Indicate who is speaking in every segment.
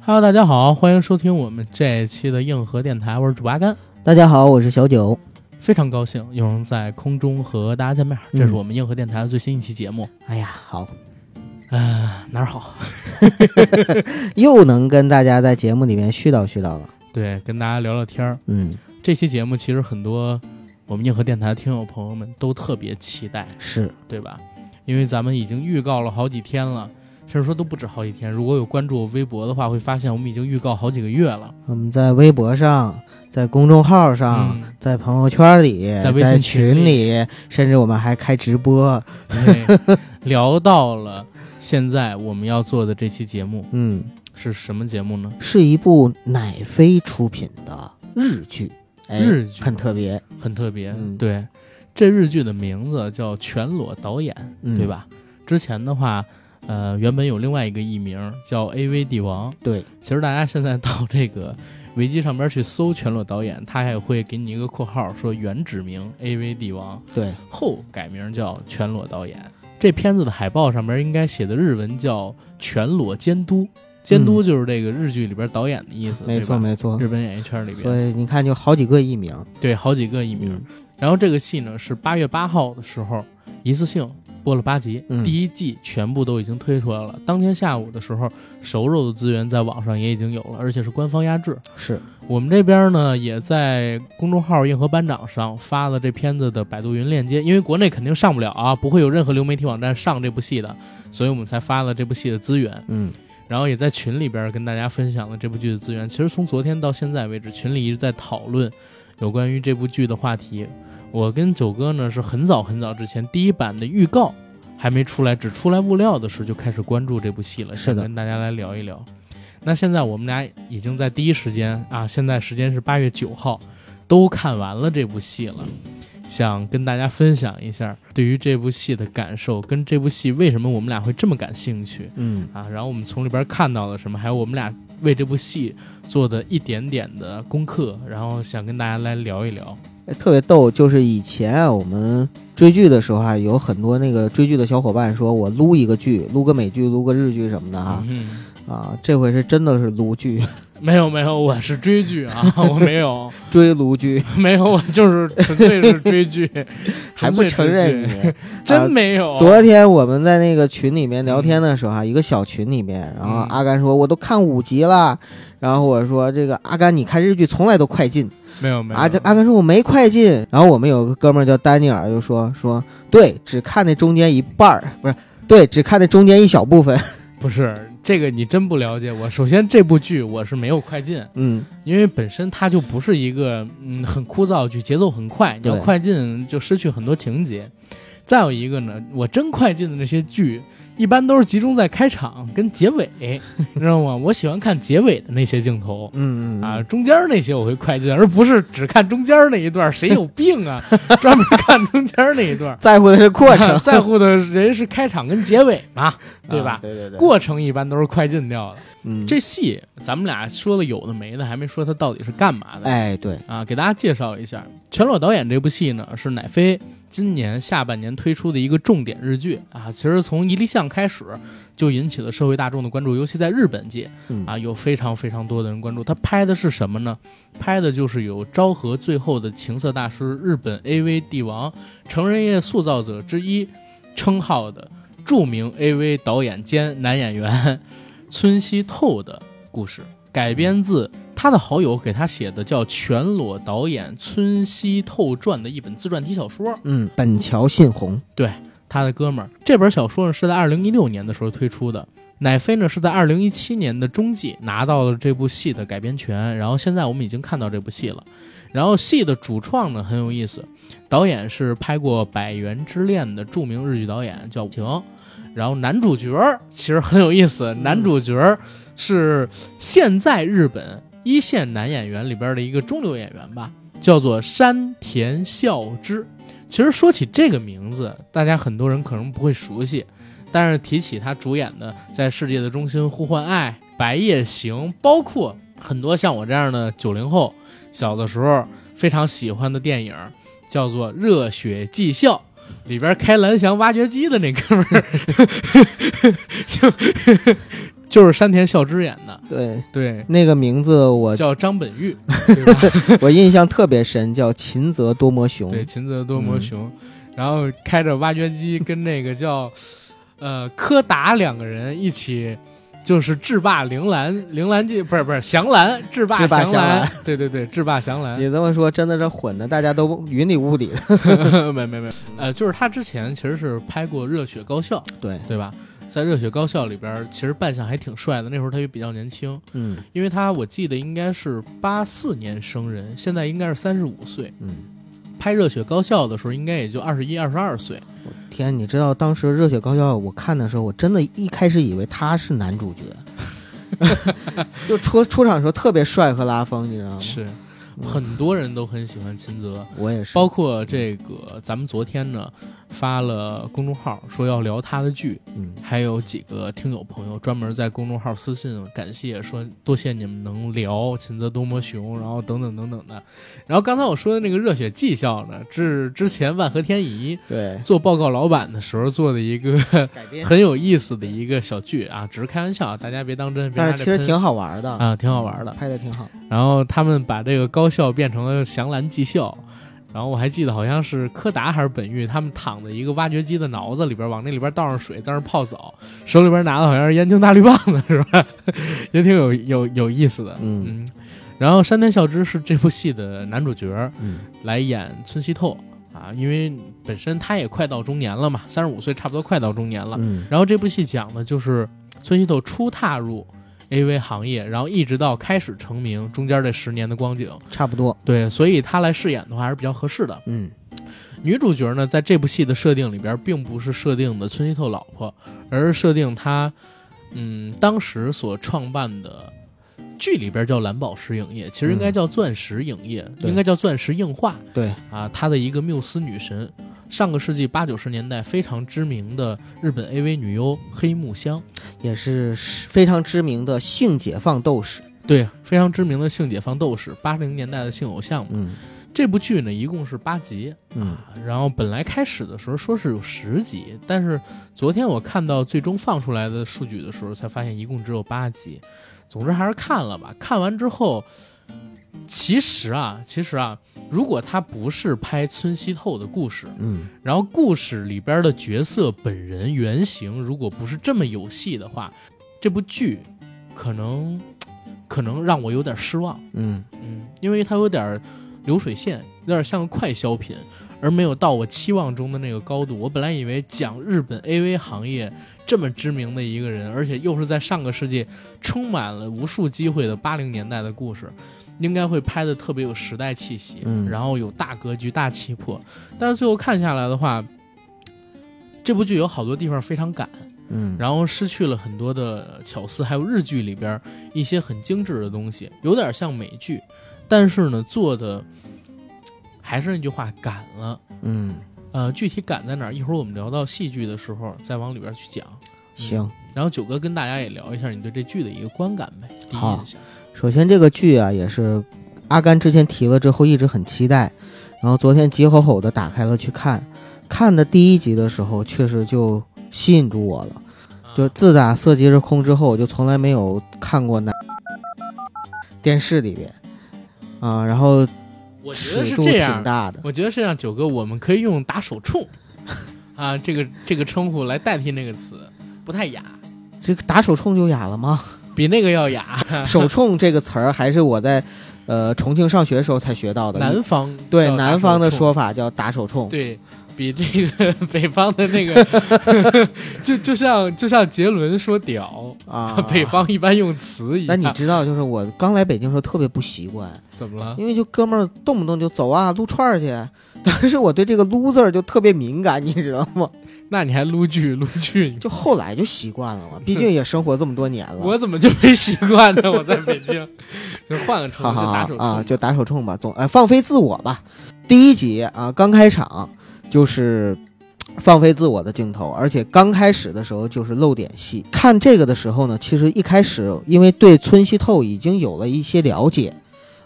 Speaker 1: Hello，大家好，欢迎收听我们这一期的硬核电台，我是主播阿甘，
Speaker 2: 大家好，我是小九。
Speaker 1: 非常高兴又能在空中和大家见面，这是我们硬核电台的最新一期节目。
Speaker 2: 哎呀，好，
Speaker 1: 啊，哪儿好？
Speaker 2: 又能跟大家在节目里面絮叨絮叨了。
Speaker 1: 对，跟大家聊聊天儿。
Speaker 2: 嗯，
Speaker 1: 这期节目其实很多我们硬核电台的听友朋友们都特别期待，
Speaker 2: 是，
Speaker 1: 对吧？因为咱们已经预告了好几天了，甚至说都不止好几天。如果有关注我微博的话，会发现我们已经预告好几个月了。
Speaker 2: 我们在微博上，在公众号上，
Speaker 1: 嗯，
Speaker 2: 在朋友圈里，
Speaker 1: 在
Speaker 2: 在
Speaker 1: 微信群
Speaker 2: 群里，甚至我们还开直播。
Speaker 1: 对嗯聊到了现在我们要做的这期节目
Speaker 2: 嗯，
Speaker 1: 是什么节目呢？
Speaker 2: 是一部乃飞出品的日剧，哎、
Speaker 1: 日剧
Speaker 2: 很特别，
Speaker 1: 很特别，
Speaker 2: 嗯
Speaker 1: 对。这日剧的名字叫《全裸导演》，
Speaker 2: 嗯、
Speaker 1: 对？吧？之前的话，呃，原本有另外一个艺名叫 AV 帝王。
Speaker 2: 对，
Speaker 1: 其实大家现在到这个维基上边去搜“全裸导演”，他也会给你一个括号，说原指名 AV 帝王，
Speaker 2: 对，
Speaker 1: 后改名叫“全裸导演”。这片子的海报上面应该写的日文叫“全裸监督”，监督就是这个日剧里边导演的意思，
Speaker 2: 嗯没错，
Speaker 1: 对吧
Speaker 2: 没错
Speaker 1: 日。本演艺圈里
Speaker 2: 所
Speaker 1: 边，
Speaker 2: 以你看，就好几个艺名。
Speaker 1: 对，好几个艺名。
Speaker 2: 嗯，
Speaker 1: 然后这个戏呢是八月八号的时候一次性播了八集，
Speaker 2: 嗯
Speaker 1: 第一季全部都已经推出来了。当天下午的时候，熟肉的资源在网上也已经有了，而且是官方压制。
Speaker 2: 是，
Speaker 1: 我们这边呢也在公众号“硬核班长”上发了这片子的百度云链接，因为国内肯定上不了啊，不会有任何流媒体网站上这部戏的，所以我们才发了这部戏的资源。
Speaker 2: 嗯，
Speaker 1: 然后也在群里边跟大家分享了这部剧的资源。其实从昨天到现在为止，群里一直在讨论有关于这部剧的话题。我跟九哥呢是很早很早之前第一版的预告还没出来，只出来物料的时候就开始关注这部戏了，
Speaker 2: 是的
Speaker 1: 想跟大家来聊一聊。那现在我们俩已经在第一时间啊，现在时间是八月九号，都看完了这部戏了。想跟大家分享一下对于这部戏的感受，跟这部戏为什么我们俩会这么感兴趣，
Speaker 2: 嗯，
Speaker 1: 啊，然后我们从里边看到了什么，还有我们俩为这部戏做的一点点的功课，然后想跟大家来聊一聊。
Speaker 2: 哎特别逗，就是以前啊，我们追剧的时候啊，有很多那个追剧的小伙伴说，我撸一个剧，撸个美剧，撸个日剧什么的哈、
Speaker 1: 嗯，
Speaker 2: 啊，这回是真的是撸剧，
Speaker 1: 没有没有，我是追剧啊，我没有
Speaker 2: 追撸剧，
Speaker 1: 没有，我就是纯粹是追剧，
Speaker 2: 还
Speaker 1: 纯
Speaker 2: 不
Speaker 1: 粹
Speaker 2: 承
Speaker 1: 追
Speaker 2: 认
Speaker 1: 剧，
Speaker 2: 你？ 啊
Speaker 1: 真没有。
Speaker 2: 昨天我们在那个群里面聊天的时候啊，一个小群里面，然后
Speaker 1: 嗯
Speaker 2: 阿甘说我都看五集了，然后我说这个阿甘你看日剧从来都快进，
Speaker 1: 没有没有，
Speaker 2: 阿阿甘说我没快进，然后我们有个哥们儿叫丹尼尔就说说对，只看那中间一半儿，不是对，只看那中间一小部分，
Speaker 1: 不是这个你真不了解我。首先这部剧我是没有快进，
Speaker 2: 嗯，
Speaker 1: 因为本身它就不是一个嗯很枯燥的剧，节奏很快，你要
Speaker 2: 对
Speaker 1: 快进就失去很多情节。再有一个呢，我真快进的那些剧，一般都是集中在开场跟结尾， 你知道吗？我喜欢看结尾的那些镜头
Speaker 2: 嗯嗯。
Speaker 1: 啊，，中间那些我会快进，而不是只看中间那一段。谁有病啊？ 专门看中间那一段
Speaker 2: 在乎的是 过程，
Speaker 1: 在乎的人是开场跟结尾嘛，对吧
Speaker 2: 啊？对对对，
Speaker 1: 过程一般都是快进掉的。
Speaker 2: 嗯
Speaker 1: 这戏咱们俩说了有的没的，还没说它到底是干嘛的。
Speaker 2: 哎对，
Speaker 1: 啊，给大家介绍一下，《全裸导演》这部戏呢，是乃飞今年下半年推出的一个重点日剧啊。其实从《一粒像》开始就引起了社会大众的关注，尤其在日本界
Speaker 2: 嗯
Speaker 1: 啊，有非常非常多的人关注。他拍的是什么呢？拍的就是有昭和最后的情色大师、日本 AV 帝王、成人业塑造者之一称号的著名 AV 导演兼男演员村西透的故事，改编自他的好友给他写的叫《全裸导演村西透传》的一本自传体小说。
Speaker 2: 嗯，本桥信宏，
Speaker 1: 他的哥们儿。这本小说呢是在二零一六年的时候推出的。乃飞呢是在二零一七年的中季拿到了这部戏的改编权，然后现在我们已经看到这部戏了。然后戏的主创呢很有意思，导演是拍过《百元之恋》的著名日剧导演叫晴，然后男主角儿其实很有意思，男主角儿是现在日本一线男演员里边的一个中流演员吧，叫做山田孝之。其实说起这个名字，大家很多人可能不会熟悉，但是提起他主演的《在世界的中心呼唤爱》《白夜行》，包括很多像我这样的九零后小的时候非常喜欢的电影，叫做《热血技校》。 里边开蓝翔挖掘机的那哥们儿，就 就是山田孝之演的，
Speaker 2: 对，
Speaker 1: 对，
Speaker 2: 那个名字我
Speaker 1: 叫张本煜，对吧？
Speaker 2: 我印象特别深，叫秦泽多摩雄。
Speaker 1: 对，秦泽
Speaker 2: 嗯
Speaker 1: 多摩雄，然后开着挖掘机跟那个叫呃柯达两个人一起，就是制霸铃兰，铃兰界不是不是降兰，制霸
Speaker 2: 制霸
Speaker 1: 降
Speaker 2: 降兰
Speaker 1: 兰，对对对，制霸降兰
Speaker 2: 你，这么说，真的是混的，大家都云里雾里的。
Speaker 1: 没没没，呃，就是他之前其实是拍过《热血高校》，
Speaker 2: 对，
Speaker 1: 对吧？在《热血高校》里边，其实扮相还挺帅的，那时候他也比较年轻，
Speaker 2: 嗯
Speaker 1: 因为他我记得应该是八四年生人，现在应该是三十五岁。
Speaker 2: 嗯，
Speaker 1: 拍《热血高校》的时候，应该也就二十一、二十二岁。
Speaker 2: 天，你知道当时《热血高校》我看的时候，我真的一开始以为他是男主角， 就出出场的时候特别帅和拉风，你知道吗？
Speaker 1: 是，
Speaker 2: 嗯
Speaker 1: 很多人都很喜欢秦泽，
Speaker 2: 我也是，
Speaker 1: 包括这个咱们昨天呢发了公众号说要聊他的剧，
Speaker 2: 嗯，
Speaker 1: 还有几个听友朋友专门在公众号私信感谢说多谢你们能聊秦泽多摩雄，然后等等等等的。然后刚才我说的那个《热血技校》呢，是之前万和天宜
Speaker 2: 对，
Speaker 1: 做报告老板的时候做的一个
Speaker 2: 改编
Speaker 1: 很有意思的一个小剧啊，只是开玩笑，大家别当真。别
Speaker 2: 但
Speaker 1: 拿这
Speaker 2: 是其实
Speaker 1: 喷
Speaker 2: 挺好玩的，
Speaker 1: 啊，挺好玩的。
Speaker 2: 拍的挺好。
Speaker 1: 然后他们把这个高校变成了祥兰技校，然后我还记得好像是柯达还是本玉，他们躺在一个挖掘机的脑子里边，往那里边倒上水，在那儿泡澡，手里边拿的好像是烟青大绿棒子，是吧？ 也挺有有有意思的，
Speaker 2: 嗯
Speaker 1: 然后山田孝之是这部戏的男主角，
Speaker 2: 嗯，
Speaker 1: 来演村西透啊，因为本身他也快到中年了嘛，三十五岁差不多快到中年了，
Speaker 2: 嗯
Speaker 1: 然后这部戏讲的就是村西透初踏入 AV 行业，然后一直到开始成名，中间这十年的光景。
Speaker 2: 差不多。
Speaker 1: 对，所以他来饰演的话还是比较合适的。
Speaker 2: 嗯
Speaker 1: 女主角呢，在这部戏的设定里边，并不是设定的村西透老婆，而是设定她，嗯，当时所创办的。剧里边叫蓝宝石影业，其实应该叫钻石影业，
Speaker 2: 对
Speaker 1: 应该叫钻石映画。
Speaker 2: 对
Speaker 1: 啊，她的一个缪斯女神，上个世纪八九十年代非常知名的日本 AV 女优黑木香。
Speaker 2: 也是非常知名的性解放斗士。
Speaker 1: 对，啊非常知名的性解放斗士，八零年代的性偶像嘛。
Speaker 2: 嗯
Speaker 1: 这部剧呢，一共是八集，
Speaker 2: 嗯
Speaker 1: 啊然后本来开始的时候说是有十集，但是昨天我看到最终放出来的数据的时候，才发现一共只有八集。总之还是看了吧，看完之后，其实啊，其实啊，如果他不是拍村西透的故事，
Speaker 2: 嗯，
Speaker 1: 然后故事里边的角色本人原型如果不是这么有戏的话，这部剧可能可能让我有点失望。
Speaker 2: 嗯，
Speaker 1: 嗯，因为它有点流水线，有点像快消品，而没有到我期望中的那个高度。我本来以为讲日本 AV 行业这么知名的一个人，而且又是在上个世纪充满了无数机会的八零年代的故事，应该会拍的特别有时代气息，
Speaker 2: 嗯
Speaker 1: 然后有大格局、大气魄。但是最后看下来的话，这部剧有好多地方非常赶，
Speaker 2: 嗯，
Speaker 1: 然后失去了很多的巧思，还有日剧里边一些很精致的东西，有点像美剧，但是呢做的还是那句话赶了。
Speaker 2: 嗯，
Speaker 1: 呃，具体赶在哪儿？一会儿我们聊到戏剧的时候再往里边去讲。
Speaker 2: 行。
Speaker 1: 然后九哥跟大家也聊一下你对这剧的一个观感呗，第一
Speaker 2: 好
Speaker 1: 印象。
Speaker 2: 首先，这个剧啊，也是阿甘之前提了之后一直很期待，然后昨天急吼吼的打开了去看。看的第一集的时候，确实就吸引住我
Speaker 1: 啊
Speaker 2: 了。就自打《色即是空》之后，我就从来没有看过男电视里边啊，然后
Speaker 1: 我觉得
Speaker 2: 尺
Speaker 1: 是
Speaker 2: 度
Speaker 1: 这
Speaker 2: 挺
Speaker 1: 样，
Speaker 2: 大的。
Speaker 1: 我觉得是这样，九哥，我们可以用打手冲啊这个这个称呼来代替那个词，不太雅，
Speaker 2: 这个打手冲就哑了吗？
Speaker 1: 比那个要雅。
Speaker 2: 手冲这个词儿还是我在呃重庆上学的时候才学到的。
Speaker 1: 南方
Speaker 2: 对
Speaker 1: 叫打
Speaker 2: 南方的
Speaker 1: 手冲
Speaker 2: 说法叫打手 冲。
Speaker 1: 对比这个 北方的那个，就就像就像杰伦说屌，，
Speaker 2: 啊
Speaker 1: 北方一般用词一
Speaker 2: 那
Speaker 1: 样。
Speaker 2: 你知道，就是我刚来北京的时候特别不 习惯，
Speaker 1: 怎么了？
Speaker 2: 因为就哥们儿动不动就走啊撸串儿去，但是我对这个撸字儿就特别敏感，你知道吗？
Speaker 1: 那你还撸剧撸剧？你
Speaker 2: 就后来就习惯了嘛，毕竟也生活这么多年了。
Speaker 1: 我怎么就没习惯呢？我在北京，就换个城
Speaker 2: 好
Speaker 1: 市
Speaker 2: 好
Speaker 1: 打
Speaker 2: 好
Speaker 1: 手
Speaker 2: 啊，
Speaker 1: 冲
Speaker 2: 就打手冲吧，总哎放飞自我吧。第一集啊，刚开场就是放飞自我的镜头，而且刚开始的时候就是露点戏。看这个的时候呢，其实一开始因为对村西透已经有了一些了解。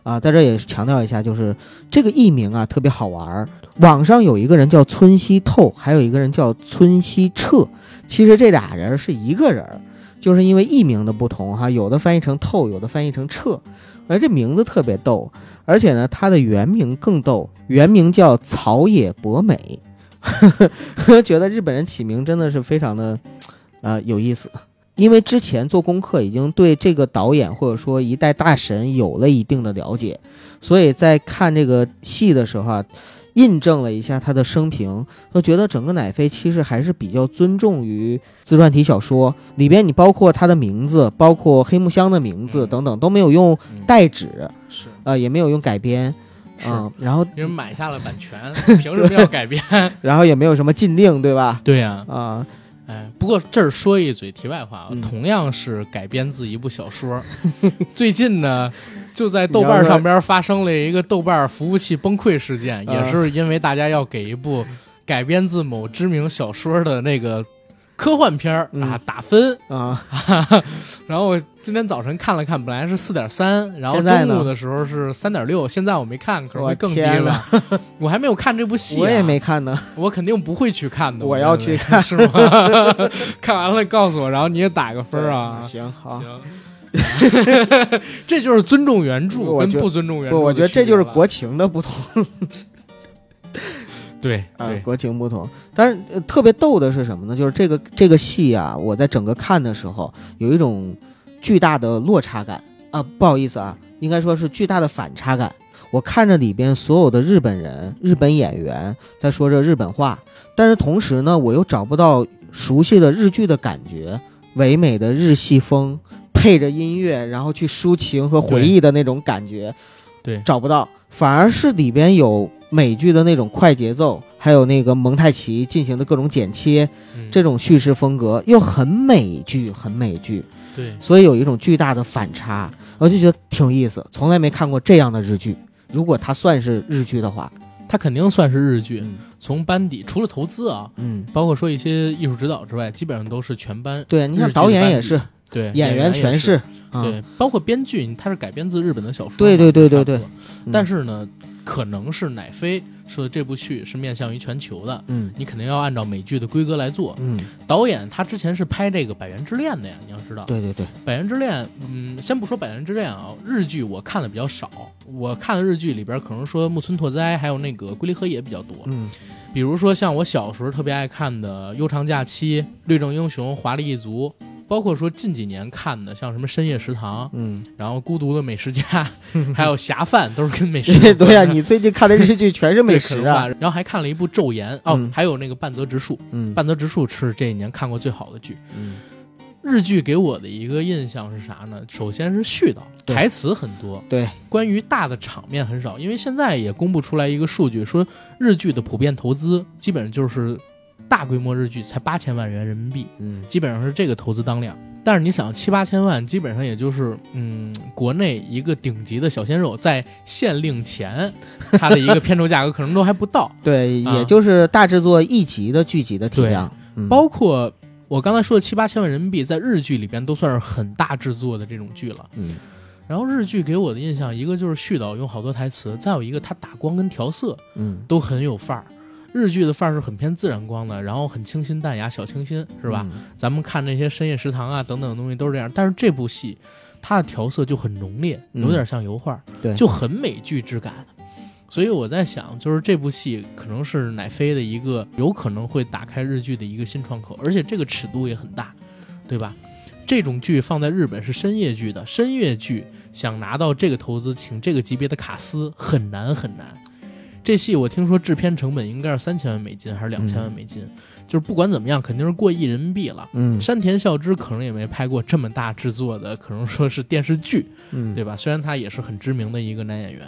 Speaker 2: 啊，在这儿也强调一下，就是这个艺名啊特别好玩儿。网上有一个人叫村西透，还有一个人叫村西彻，其实这俩人是一个人儿，就是因为译名的不同哈，有的翻译成透，有的翻译成彻，而哎这名字特别逗，而且呢，它的原名更逗，原名叫草野博美， 觉得日本人起名真的是非常的，呃，有意思。因为之前做功课已经对这个导演或者说一代大神有了一定的了解，所以在看这个戏的时候啊，印证了一下他的生平，就觉得整个奶飞其实还是比较尊重于自传体小说里边，你包括他的名字，包括黑木香的名字
Speaker 1: 嗯
Speaker 2: 等等都没有用
Speaker 1: 嗯
Speaker 2: 代指，
Speaker 1: 是
Speaker 2: 呃，也没有用改编，
Speaker 1: 是
Speaker 2: 嗯、然后
Speaker 1: 因为买下了版权，凭什么要改编？
Speaker 2: 然后也没有什么禁令，对吧？
Speaker 1: 对呀、
Speaker 2: 啊、
Speaker 1: 哎，不过这儿说一嘴题外话啊，
Speaker 2: 嗯
Speaker 1: 同样是改编自一部小说， 最近呢就在豆瓣上边发生了一个豆瓣服务器崩溃事件，
Speaker 2: 啊
Speaker 1: 也是因为大家要给一部改编自某知名小说的那个科幻片儿
Speaker 2: 嗯
Speaker 1: 啊打分。
Speaker 2: 啊，
Speaker 1: 然后我今天早晨看了看，本来是四点三，然后
Speaker 2: 现在呢
Speaker 1: 中午的时候是三点六，现在我没看，可能
Speaker 2: 我
Speaker 1: 会更低
Speaker 2: 天
Speaker 1: 了。 我还没有看这部戏、啊，
Speaker 2: 我也没看呢，
Speaker 1: 我肯定不会去看的。
Speaker 2: 我
Speaker 1: 认
Speaker 2: 要
Speaker 1: 为
Speaker 2: 去 看
Speaker 1: 是吗？看完了告诉我，然后你也打个分儿 啊。
Speaker 2: 行好。
Speaker 1: 行， 这就是尊重原著
Speaker 2: 我
Speaker 1: 跟
Speaker 2: 觉
Speaker 1: 不尊重原著的区别了。
Speaker 2: 不，我觉得这就是国情的不同
Speaker 1: 对
Speaker 2: 啊
Speaker 1: 对，
Speaker 2: 国情不同。但是、呃特别逗的是什么呢？就是这个这个戏啊，我在整个看的时候有一种巨大的落差感啊，不好意思啊，应该说是巨大的反差感。我看着里边所有的日本人、日本演员在说着日本话，但是同时呢，我又找不到熟悉的日剧的感觉，唯美的日系风配着音乐，然后去抒情和回忆的那种感觉。
Speaker 1: 对
Speaker 2: 找不到，反而是里边有美剧的那种快节奏，还有那个蒙太奇进行的各种剪切，
Speaker 1: 嗯
Speaker 2: 这种叙事风格又很美剧，很美剧，
Speaker 1: 对
Speaker 2: 所以有一种巨大的反差，我就觉得挺有意思，从来没看过这样的日剧。如果它算是日剧的话，
Speaker 1: 它肯定算是日剧。
Speaker 2: 嗯
Speaker 1: 从班底除了投资啊，
Speaker 2: 嗯，
Speaker 1: 包括说一些艺术指导之外，基本上都是全班
Speaker 2: 对，你像导演也是，
Speaker 1: 对
Speaker 2: 演
Speaker 1: 员
Speaker 2: 员
Speaker 1: 也
Speaker 2: 全
Speaker 1: 是。
Speaker 2: 是，啊，
Speaker 1: 对，包括编剧，它是改编自日本的小说嘛，
Speaker 2: 对对对对
Speaker 1: 差不多
Speaker 2: 对嗯
Speaker 1: 但是呢，可能是乃飞说的这部剧是面向于全球的，
Speaker 2: 嗯
Speaker 1: 你肯定要按照美剧的规格来做。
Speaker 2: 嗯，
Speaker 1: 导演他之前是拍这个《百元之恋》的呀，你要知道，
Speaker 2: 对对对，
Speaker 1: 《百元之恋》，嗯，先不说《百元之恋》啊，日剧我看的比较少，我看的日剧里边可能说木村拓哉还有那个龟梨和也比较多，
Speaker 2: 嗯
Speaker 1: 比如说像我小时候特别爱看的《悠长假期》《律政英雄》《华丽一族》，包括说近几年看的像什么《深夜食堂》，
Speaker 2: 嗯，
Speaker 1: 然后《孤独的美食 家》，还有《侠饭》，都是跟美食有关的。
Speaker 2: 对呀，啊你最近看的日剧全是美
Speaker 1: 对可
Speaker 2: 食
Speaker 1: 能吧
Speaker 2: 啊，
Speaker 1: 然后还看了一部《昼颜》，哦，
Speaker 2: 嗯
Speaker 1: 还有那个半泽直树，
Speaker 2: 嗯
Speaker 1: 半泽直树是这一年看过最好的剧。
Speaker 2: 嗯
Speaker 1: 日剧给我的一个印象是啥呢？首先是絮叨，
Speaker 2: 对
Speaker 1: 台词很多，
Speaker 2: 对，
Speaker 1: 关于大的场面很少，因为现在也公布出来一个数据，说日剧的普遍投资基本上就是大规模日剧才八千万元人民币，
Speaker 2: 嗯
Speaker 1: 基本上是这个投资当量。但是你想七八千万，基本上也就是嗯，国内一个顶级的小鲜肉在限令前，它的一个片酬价格可能都还不到。
Speaker 2: 对，
Speaker 1: 啊
Speaker 2: 也就是大制作一集的剧集的体量，嗯
Speaker 1: 包括我刚才说的七八千万人民币，在日剧里边都算是很大制作的这种剧了。
Speaker 2: 嗯
Speaker 1: 然后日剧给我的印象，一个就是絮叨，用好多台词；再有一个它打光跟调色
Speaker 2: 嗯，
Speaker 1: 都很有范儿。日剧的范儿是很偏自然光的，然后很清新淡雅，小清新是吧？
Speaker 2: 嗯？
Speaker 1: 咱们看那些深夜食堂啊等等的东西都是这样，但是这部戏它的调色就很浓烈，
Speaker 2: 嗯
Speaker 1: 有点像油画，
Speaker 2: 对
Speaker 1: 就很美剧质感。所以我在想，就是这部戏可能是乃飞的一个有可能会打开日剧的一个新窗口，而且这个尺度也很大，对吧？这种剧放在日本是深夜剧的，深夜剧想拿到这个投资，请这个级别的卡司很难很难。这戏我听说制片成本应该是三千万美金还是两千万美金，就是不管怎么样，肯定是过亿人民币了。
Speaker 2: 嗯
Speaker 1: 山田孝之可能也没拍过这么大制作的，可能说是电视剧，
Speaker 2: 嗯，
Speaker 1: 对
Speaker 2: 吧？
Speaker 1: 吧？虽然他也是很知名的一个男演员。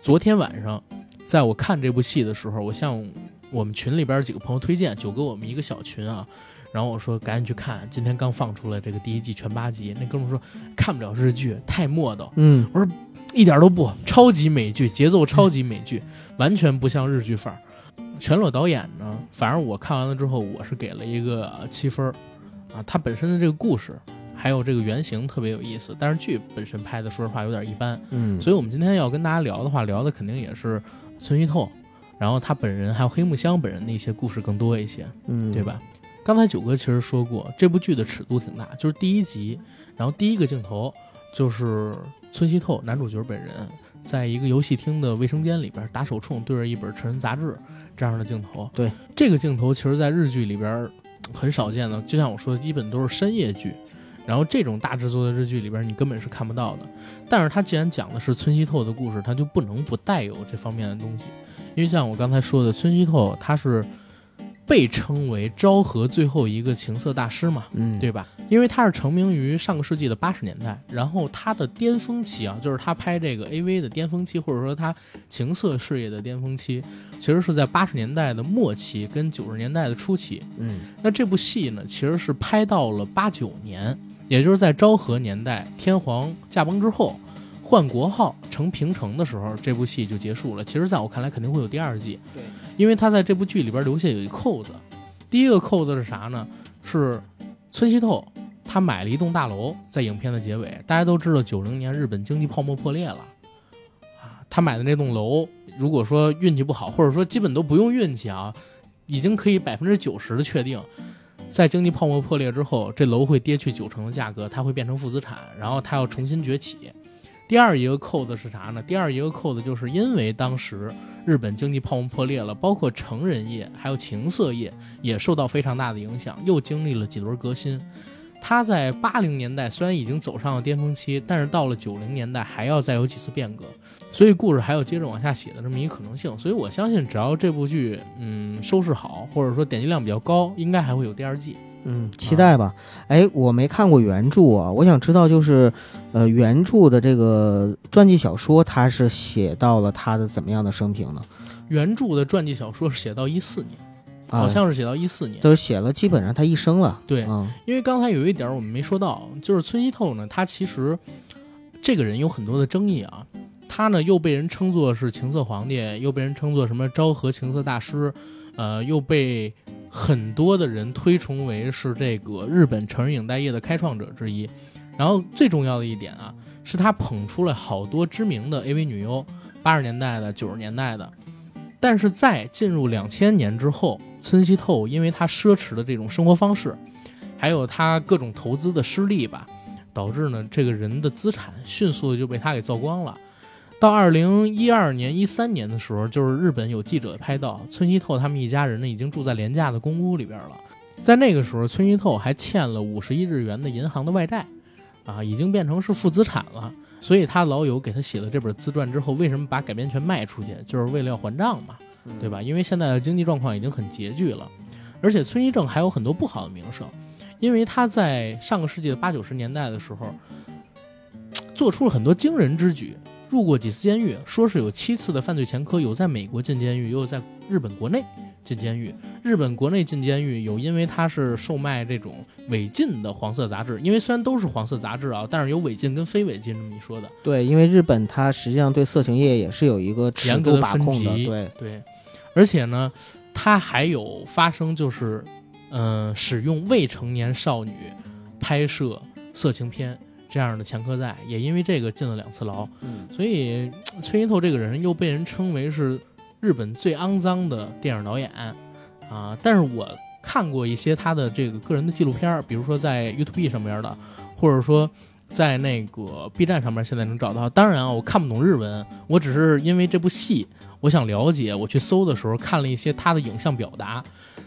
Speaker 1: 昨天晚上，在我看这部戏的时候，我向我们群里边几个朋友推荐，九哥我们一个小群啊，然后我说赶紧去看，今天刚放出来这个第一季全八集。那哥们说看不了日剧，太磨叨，
Speaker 2: 嗯
Speaker 1: 一点都不，超级美剧，节奏超级美剧，完全不像日剧范儿。全裸导演呢，反正我看完了之后，我是给了一个呃七分儿，啊，它本身的这个故事，还有这个原型特别有意思，但是剧本身拍的说实话有点一般，
Speaker 2: 嗯，
Speaker 1: 所以我们今天要跟大家聊的话，聊的肯定也是村一透，然后他本人还有黑木香本人的一些故事更多一些，
Speaker 2: 嗯
Speaker 1: 对？吧？刚才九哥其实说过，这部剧的尺度挺大，就是第一集，然后第一个镜头就是村西透男主角本人在一个游戏厅的卫生间里边打手冲，对着一本成人杂志这样的镜头。
Speaker 2: 对，
Speaker 1: 这个镜头其实，在日剧里边很少见的，就像我说的，基本都是深夜剧。然后这种大制作的日剧里边，你根本是看不到的。但是它既然讲的是村西透的故事，它就不能不带有这方面的东西。因为像我刚才说的，村西透他是被称为昭和最后一个情色大师嘛，
Speaker 2: 嗯，
Speaker 1: 对吧？因为他是成名于上个世纪的八十年代，然后他的巅峰期啊，就是他拍这个 AV 的巅峰期，或者说他情色事业的巅峰期，其实是在八十年代的末期跟九十年代的初期。
Speaker 2: 嗯，
Speaker 1: 那这部戏呢，其实是拍到了八九年，也就是在昭和年代天皇驾崩之后，换国号成平成的时候，这部戏就结束了。其实，在我看来，肯定会有第二季，
Speaker 2: 对，
Speaker 1: 因为他在这部剧里边留下有一扣子。第一个扣子是啥呢？是村西透他买了一栋大楼，在影片的结尾，大家都知道九零年日本经济泡沫破裂了。啊，他买的那栋楼，如果说运气不好，或者说基本都不用运气啊，已经可以百分之九十的确定，在经济泡沫破裂之后，这楼会跌去九成的价格，它会变成负资产，然后它要重新崛起。第二一个扣子是啥呢？第二一个扣子就是因为当时日本经济泡沫破裂了，包括成人业还有情色业也受到非常大的影响，又经历了几轮革新。它在八零年代虽然已经走上了巅峰期，但是到了九零年代还要再有几次变革，所以故事还有接着往下写的这么一个可能性。所以我相信，只要这部剧嗯收视好，或者说点击量比较高，应该还会有第二季。
Speaker 2: 嗯，期待吧。哎，我没看过原著啊，我想知道就是，呃，原著的这个传记小说，它是写到了他的怎么样的生平呢？
Speaker 1: 原著的传记小说是写到一四年，
Speaker 2: 啊、
Speaker 1: 好像是写到一四年。
Speaker 2: 都写了基本上他一生了。
Speaker 1: 对
Speaker 2: 嗯
Speaker 1: 因为刚才有一点我们没说到，就是村西透呢，他其实这个人有很多的争议啊。他呢又被人称作是情色皇帝，又被人称作什么昭和情色大师，呃，又被很多的人推崇为是这个日本成人影带业的开创者之一。然后最重要的一点啊，是他捧出了好多知名的 AV 女优，八十年代的、九十年代的。但是在进入两千年之后，村西透因为他奢侈的这种生活方式，还有他各种投资的失利吧，导致呢这个人的资产迅速的就被他给造光了。到二零一二年、一三年的时候，就是日本有记者拍到村西透他们一家人呢已经住在廉价的公屋里边了。在那个时候，村西透还欠了五十一日元的银行的外债，啊，已经变成是负资产了。所以他老友给他写了这本自传之后，为什么把改编权卖出去，就是为了要还账嘛，对吧？因为现在的经济状况已经很拮据了，而且村西正还有很多不好的名声。因为他在上个世纪的八九十年代的时候，做出了很多惊人之举，入过几次监狱，说是有七次的犯罪前科，有在美国进监狱，也有在日本国内进监狱。日本国内进监狱有因为他是售卖这种违禁的黄色杂志，因为虽然都是黄色杂志啊，但是有违禁跟非违禁这么一说的。
Speaker 2: 对，因为日本它实际上对色情业也是有一个尺
Speaker 1: 严格
Speaker 2: 度
Speaker 1: 的
Speaker 2: 把
Speaker 1: 分
Speaker 2: 控的，
Speaker 1: 级
Speaker 2: 对，
Speaker 1: 对，而且呢，它还有发生就是，呃，使用未成年少女拍摄色情片这样的前科在，也因为这个进了两次牢。
Speaker 2: 嗯
Speaker 1: 所以呃崔云透这个人又被人称为是日本最肮脏的电影导演啊。但是我看过一些他的这个个人的纪录片儿，比如说在 YouTube 上面的，或者说在那个 B 站上面现在能找到。当然啊，我看不懂日文，我只是因为这部戏，我想了解，我去搜的时候看了一些他的影像表达。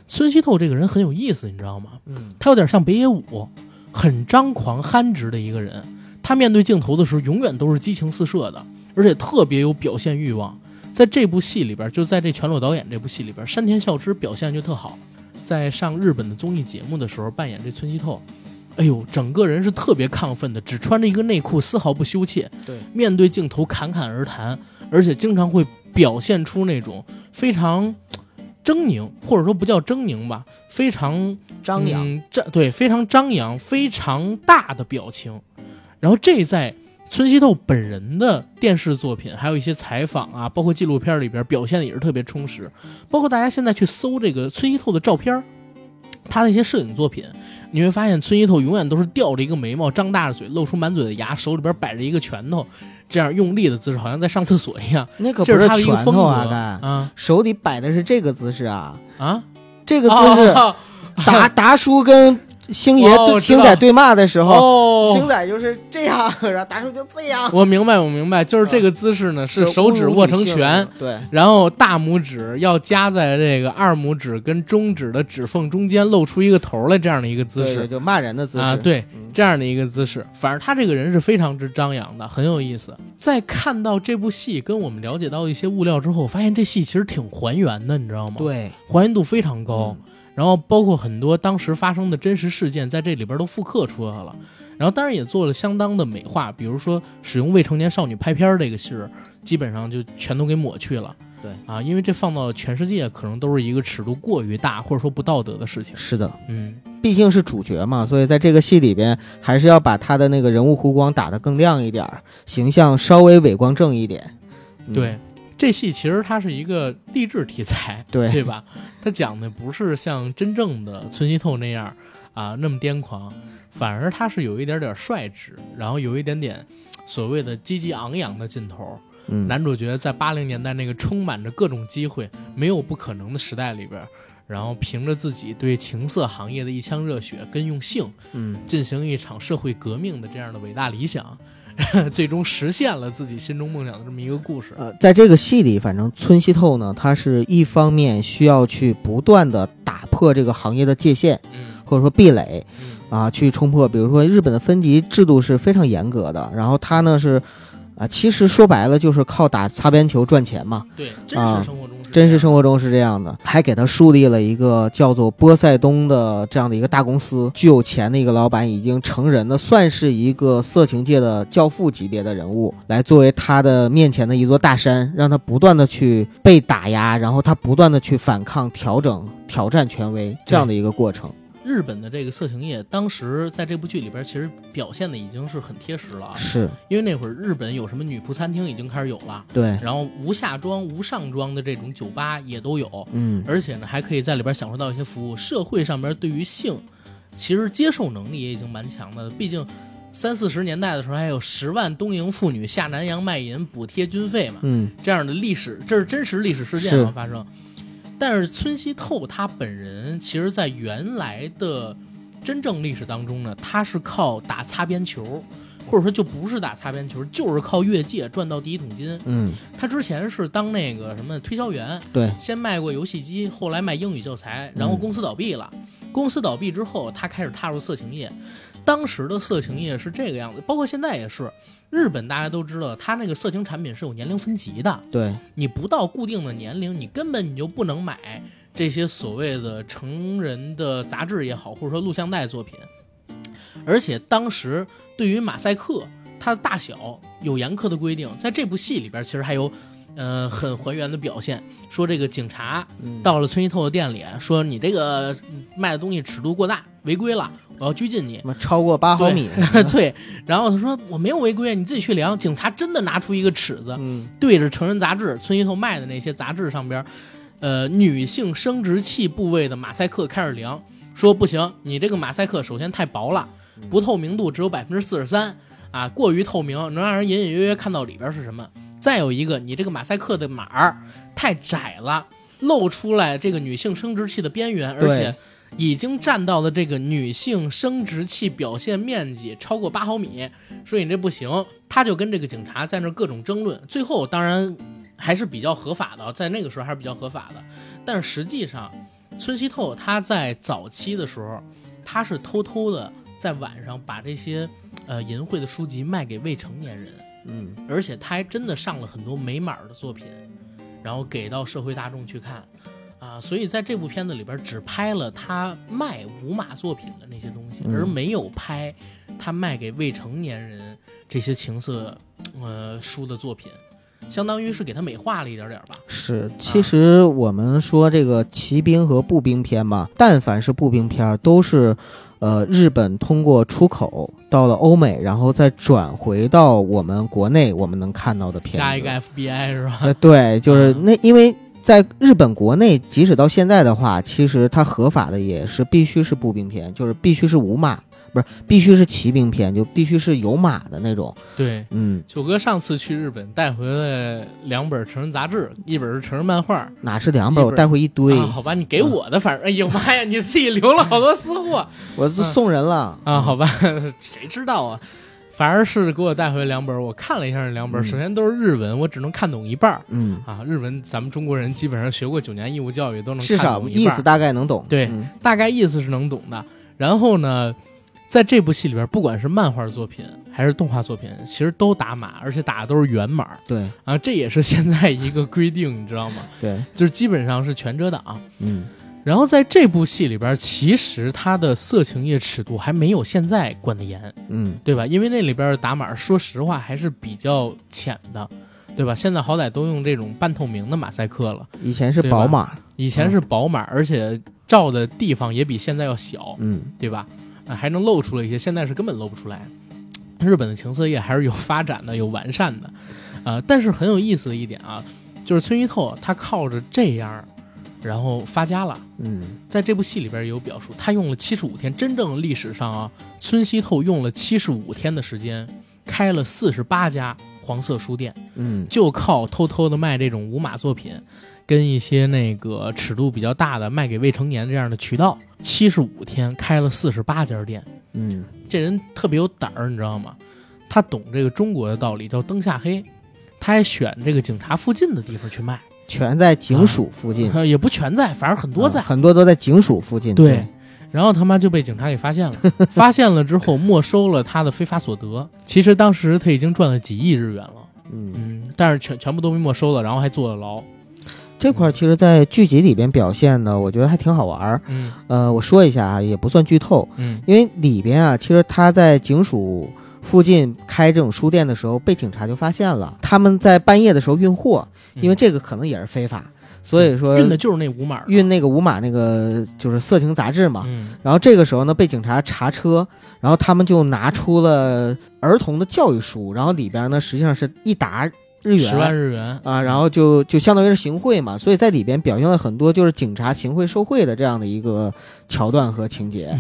Speaker 1: 村西透这个人很有意思，你知道吗？
Speaker 2: 嗯
Speaker 1: 他有点像北野武，很张狂憨直的一个人。他面对镜头的时候，永远都是激情四射的，而且特别有表现欲望。在这部戏里边，就在这《全裸导演》这部戏里边，山田孝之表现就特好，在上日本的综艺节目的时候扮演这村西透，哎呦，整个人是特别亢奋的，只穿着一个内裤，丝毫不羞怯。
Speaker 2: 对，
Speaker 1: 面对镜头侃侃而谈，而且经常会表现出那种非常狰狞，或者说不叫狰狞吧，非常
Speaker 2: 张扬，
Speaker 1: 嗯、张对非常张扬、非常大的表情。然后这在村西透本人的电视作品，还有一些采访啊，包括纪录片里边表现的也是特别充实。包括大家现在去搜这个村西透的照片儿，他的一些摄影作品，你会发现村西透永远都是吊着一个眉毛，张大着嘴，露出满嘴的牙，手里边摆着一个拳头，这样用力的姿势，好像在上厕所一样。
Speaker 2: 那可
Speaker 1: 这
Speaker 2: 不
Speaker 1: 是他的一个
Speaker 2: 拳啊
Speaker 1: 风格
Speaker 2: 头啊，干
Speaker 1: 啊
Speaker 2: 手里摆的是这个姿势啊，
Speaker 1: 啊！
Speaker 2: 这个姿势
Speaker 1: 哦
Speaker 2: 达达叔跟星爷
Speaker 1: 哦
Speaker 2: 对
Speaker 1: 我知
Speaker 2: 星
Speaker 1: 道
Speaker 2: 仔对骂的时候，星
Speaker 1: 哦，
Speaker 2: 仔就是这样，然后达叔就这 样，
Speaker 1: 我明白，我明白，就是这个姿势
Speaker 2: 嗯
Speaker 1: 呢，是手指握成拳，，
Speaker 2: 对，
Speaker 1: 然后大拇指要夹在这个二拇指跟中指的指缝中间，露出一个头来，这样的一个姿
Speaker 2: 对
Speaker 1: 势
Speaker 2: 就骂人的姿势
Speaker 1: 啊，，对，
Speaker 2: 嗯
Speaker 1: 这样的一个姿势。反正他这个人是非常之张扬的，很有意思。在看到这部戏跟我们了解到一些物料之后，发现这戏其实挺还原的，你知道吗？，
Speaker 2: 对，嗯
Speaker 1: 还原度非常高。然后包括很多当时发生的真实事件，在这里边都复刻出来了。然后当然也做了相当的美化，比如说使用未成年少女拍片儿这个事儿，基本上就全都给抹去了。
Speaker 2: 对
Speaker 1: 啊，因为这放到全世界可能都是一个尺度过于大或者说不道德的事情。
Speaker 2: 是的。
Speaker 1: 嗯，
Speaker 2: 毕竟是主角嘛，所以在这个戏里边，还是要把他的那个人物弧光打得更亮一点儿，形象稍微伪光正一点。嗯
Speaker 1: 对，这戏其实它是一个励志题材，
Speaker 2: 对
Speaker 1: 对吧？它讲的不是像真正的村西透那样啊那么癫狂，反而它是有一点点率直，然后有一点点所谓的积极昂扬的劲头。
Speaker 2: 嗯，
Speaker 1: 男主角在八零年代那个充满着各种机会、没有不可能的时代里边。然后凭着自己对情色行业的一腔热血，跟用性
Speaker 2: 嗯，
Speaker 1: 进行一场社会革命的这样的伟大理想， 最终实现了自己心中梦想的这么一个故事。
Speaker 2: 呃，在这个戏里，反正村西透呢，他是一方面需要去不断的打破这个行业的界限，
Speaker 1: 嗯
Speaker 2: 或者说壁垒
Speaker 1: 嗯
Speaker 2: 啊，去冲破。比如说日本的分级制度是非常严格的，然后他呢是，啊，其实说白了就是靠打擦边球赚钱嘛。
Speaker 1: 对，真
Speaker 2: 啊
Speaker 1: 实生活中是这
Speaker 2: 真
Speaker 1: 样
Speaker 2: 实生活中是这样的，还给他树立了一个叫做波塞冬的这样的一个大公司，巨有钱的一个老板，已经成人的，算是一个色情界的教父级别的人物，来作为他的面前的一座大山，让他不断的去被打压，然后他不断的去反抗、调整、挑战权威这样的一个过程。
Speaker 1: 日本的这个色情业，当时在这部剧里边其实表现的已经是很贴实了啊，
Speaker 2: 是
Speaker 1: 因为那会儿日本有什么女仆餐厅已经开始有了，
Speaker 2: 对，
Speaker 1: 然后无下装、无上装的这种酒吧也都有，
Speaker 2: 嗯，
Speaker 1: 而且呢还可以在里边享受到一些服务。社会上边对于性，其实接受能力也已经蛮强的，毕竟。三四十年代的时候，还有十万东瀛妇女下南洋卖淫补贴军费嘛，
Speaker 2: 嗯，
Speaker 1: 这样的历史，这是真实历史事件
Speaker 2: 是
Speaker 1: 啊发生。但是村西透他本人，其实在原来的真正历史当中呢，他是靠打擦边球，或者说就不是打擦边球，就是靠越界赚到第一桶金。
Speaker 2: 嗯，
Speaker 1: 他之前是当那个什么推销员，
Speaker 2: 对，
Speaker 1: 先卖过游戏机，后来卖英语教材，然后公司倒闭了。公司倒闭之后，他开始踏入色情业。当时的色情业是这个样子，包括现在也是。日本大家都知道，它那个色情产品是有年龄分级的，
Speaker 2: 对，
Speaker 1: 你不到固定的年龄，你根本你就不能买这些所谓的成人的杂志也好，或者说录像带作品。而且当时对于马赛克它的大小有严苛的规定，在这部戏里边其实还有，呃，很还原的表现，说这个警察
Speaker 2: 嗯
Speaker 1: 到了村西透的店里，说你这个卖的东西尺度过大，违规了，我要拘禁你
Speaker 2: 什。么超过八毫米，
Speaker 1: 对，然后他说我没有违规，你自己去量。警察真的拿出一个尺子，
Speaker 2: 嗯，
Speaker 1: 对着成人杂志村西透卖的那些杂志上边儿，呃，女性生殖器部位的马赛克开始量，说不行，你这个马赛克首先太薄了，不透明度只有百分之四十三啊，过于透明，能让人隐隐约约看到里边是什么。再有一个，你这个马赛克的码儿太窄了，露出来这个女性生殖器的边缘，而
Speaker 2: 对
Speaker 1: 且已经占到了这个女性生殖器表现面积超过八毫米，所以你这不行。他就跟这个警察在那儿各种争论，最后当然还是比较合法的，在那个时候还是比较合法的。但是实际上，村西透他在早期的时候，他是偷偷的在晚上把这些呃淫秽的书籍卖给未成年人，
Speaker 2: 嗯，
Speaker 1: 而且他还真的上了很多美码儿的作品，然后给到社会大众去看。啊，所以在这部片子里边，只拍了他卖无码作品的那些东西，
Speaker 2: 嗯
Speaker 1: 而没有拍他卖给未成年人这些情色呃书的作品，相当于是给他美化了一点点儿吧。
Speaker 2: 是，其实我们说这个骑兵和步兵片嘛，但凡是步兵片儿，都是，呃，日本通过出口到了欧美，然后再转回到我们国内，我们能看到的片子。
Speaker 1: 加一个 FBI 是吧？
Speaker 2: 呃，对，就是
Speaker 1: 嗯
Speaker 2: 那，因为在日本国内，即使到现在的话，其实它合法的也是必须是步兵片，就是必须是无码，不是必须是骑兵片，就必须是有马的那种。
Speaker 1: 对，
Speaker 2: 嗯，
Speaker 1: 九哥上次去日本带回来两本成人杂志，
Speaker 2: 嗯
Speaker 1: 一本是成人漫画。
Speaker 2: 哪是两本？
Speaker 1: 一
Speaker 2: 我
Speaker 1: 本
Speaker 2: 带回一堆，
Speaker 1: 啊，好吧，你给我的，
Speaker 2: 嗯
Speaker 1: 反正哎呦妈呀，你自己留了好多私 货
Speaker 2: 我都
Speaker 1: 嗯
Speaker 2: 送人了
Speaker 1: 啊，好吧， 谁知道啊？反而是给我带回两本，我看了一下这两本，
Speaker 2: 嗯
Speaker 1: 首先都是日文，我只能看懂一半儿
Speaker 2: 嗯，
Speaker 1: 啊。日文咱们中国人基本上学过九年义务教育，都能
Speaker 2: 至
Speaker 1: 看
Speaker 2: 少
Speaker 1: 懂一
Speaker 2: 意
Speaker 1: 半儿
Speaker 2: 思大概能懂。
Speaker 1: 对
Speaker 2: 嗯
Speaker 1: 大概意思是能懂的。然后呢，在这部戏里边，不管是漫画作品还是动画作品，其实都打码，而且打的都是原码
Speaker 2: 对
Speaker 1: 啊。这也是现在一个规定，你知道吗？
Speaker 2: 对，
Speaker 1: 就是基本上是全遮挡。
Speaker 2: 嗯
Speaker 1: 然后在这部戏里边，其实它的色情业尺度还没有现在管得严，
Speaker 2: 嗯，
Speaker 1: 对吧？因为那里边的打码，说实话还是比较浅的，对吧？现在好歹都用这种半透明的马赛克了，
Speaker 2: 以前是
Speaker 1: 对吧
Speaker 2: 宝马，
Speaker 1: 以前是薄码，而且照的地方也比现在要小，
Speaker 2: 嗯
Speaker 1: 对吧？啊，还能露出来一些，现在是根本露不出来。日本的情色业还是有发展的，有完善的，啊，但是很有意思的一点啊，就是村一透他靠着这样儿，然后发家了。
Speaker 2: 嗯
Speaker 1: 在这部戏里边也有表述，他用了七十五天，真正历史上啊，村西透用了七十五天的时间，开了四十八家黄色书店，
Speaker 2: 嗯
Speaker 1: 就靠偷偷的卖这种无码作品，跟一些那个尺度比较大的卖给未成年这样的渠道，七十五天开了四十八家店，
Speaker 2: 嗯
Speaker 1: 这人特别有胆儿，你知道吗？他懂这个中国的道理，叫灯下黑。他还选这个警察附近的地方去卖，呃
Speaker 2: 全在警署附近，
Speaker 1: 也不全在，反正很啊多在
Speaker 2: 啊。很多都在警署附近。
Speaker 1: 对，然后他妈就被警察给发现了，发现了之后没收了他的非法所得。其实当时他已经赚了几亿日元了，
Speaker 2: 嗯，
Speaker 1: 嗯，但是全全部都被没收了，然后还坐了牢，
Speaker 2: 这块儿其实，在剧集里边表现的，我觉得还挺好玩儿。
Speaker 1: 嗯
Speaker 2: 呃，我说一下啊，也不算剧透，
Speaker 1: 嗯
Speaker 2: 因为里边啊，其实他在警署附近开这种书店的时候，被警察就发现了。他们在半夜的时候运货，因为这个可能也是非法，所以说
Speaker 1: 嗯运的就是那五码儿的
Speaker 2: 运那个五马那个就是色情杂志嘛。
Speaker 1: 嗯
Speaker 2: 然后这个时候呢，被警察查车，然后他们就拿出了儿童的教育书，然后里边呢实际上是一沓日元，
Speaker 1: 十万日元
Speaker 2: 啊，然后就就相当于是行贿嘛，所以在里边表现了很多就是警察行贿受贿的这样的一个桥段和 情节，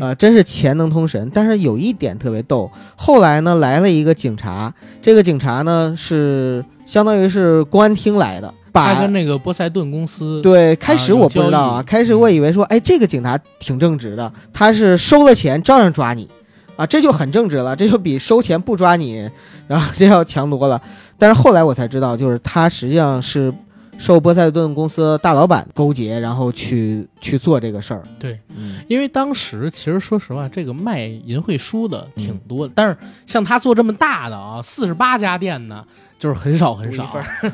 Speaker 2: 呃，真是钱能通神。但是有一点特别逗，后来呢来了一个警察，这个警察呢是相当于是公安厅来的，
Speaker 1: 他
Speaker 2: 把
Speaker 1: 跟那个波塞顿公司
Speaker 2: 对开始
Speaker 1: 有
Speaker 2: 我不知道
Speaker 1: 交
Speaker 2: 啊，
Speaker 1: 易嗯
Speaker 2: 开始我以为说，哎，这个警察挺正直的，他是收了钱照样抓你。啊，这就很正直了，这就比收钱不抓你，然后这要强多了。但是后来我才知道，就是他实际上是受波塞顿公司大老板勾结，然后去去做这个事儿。
Speaker 1: 对，
Speaker 2: 嗯
Speaker 1: 因为当时其实说实话，这个卖淫秽书的
Speaker 2: 嗯
Speaker 1: 挺多的，但是像他做这么大的啊，四十八家店呢，就是很少很少
Speaker 2: 独一份。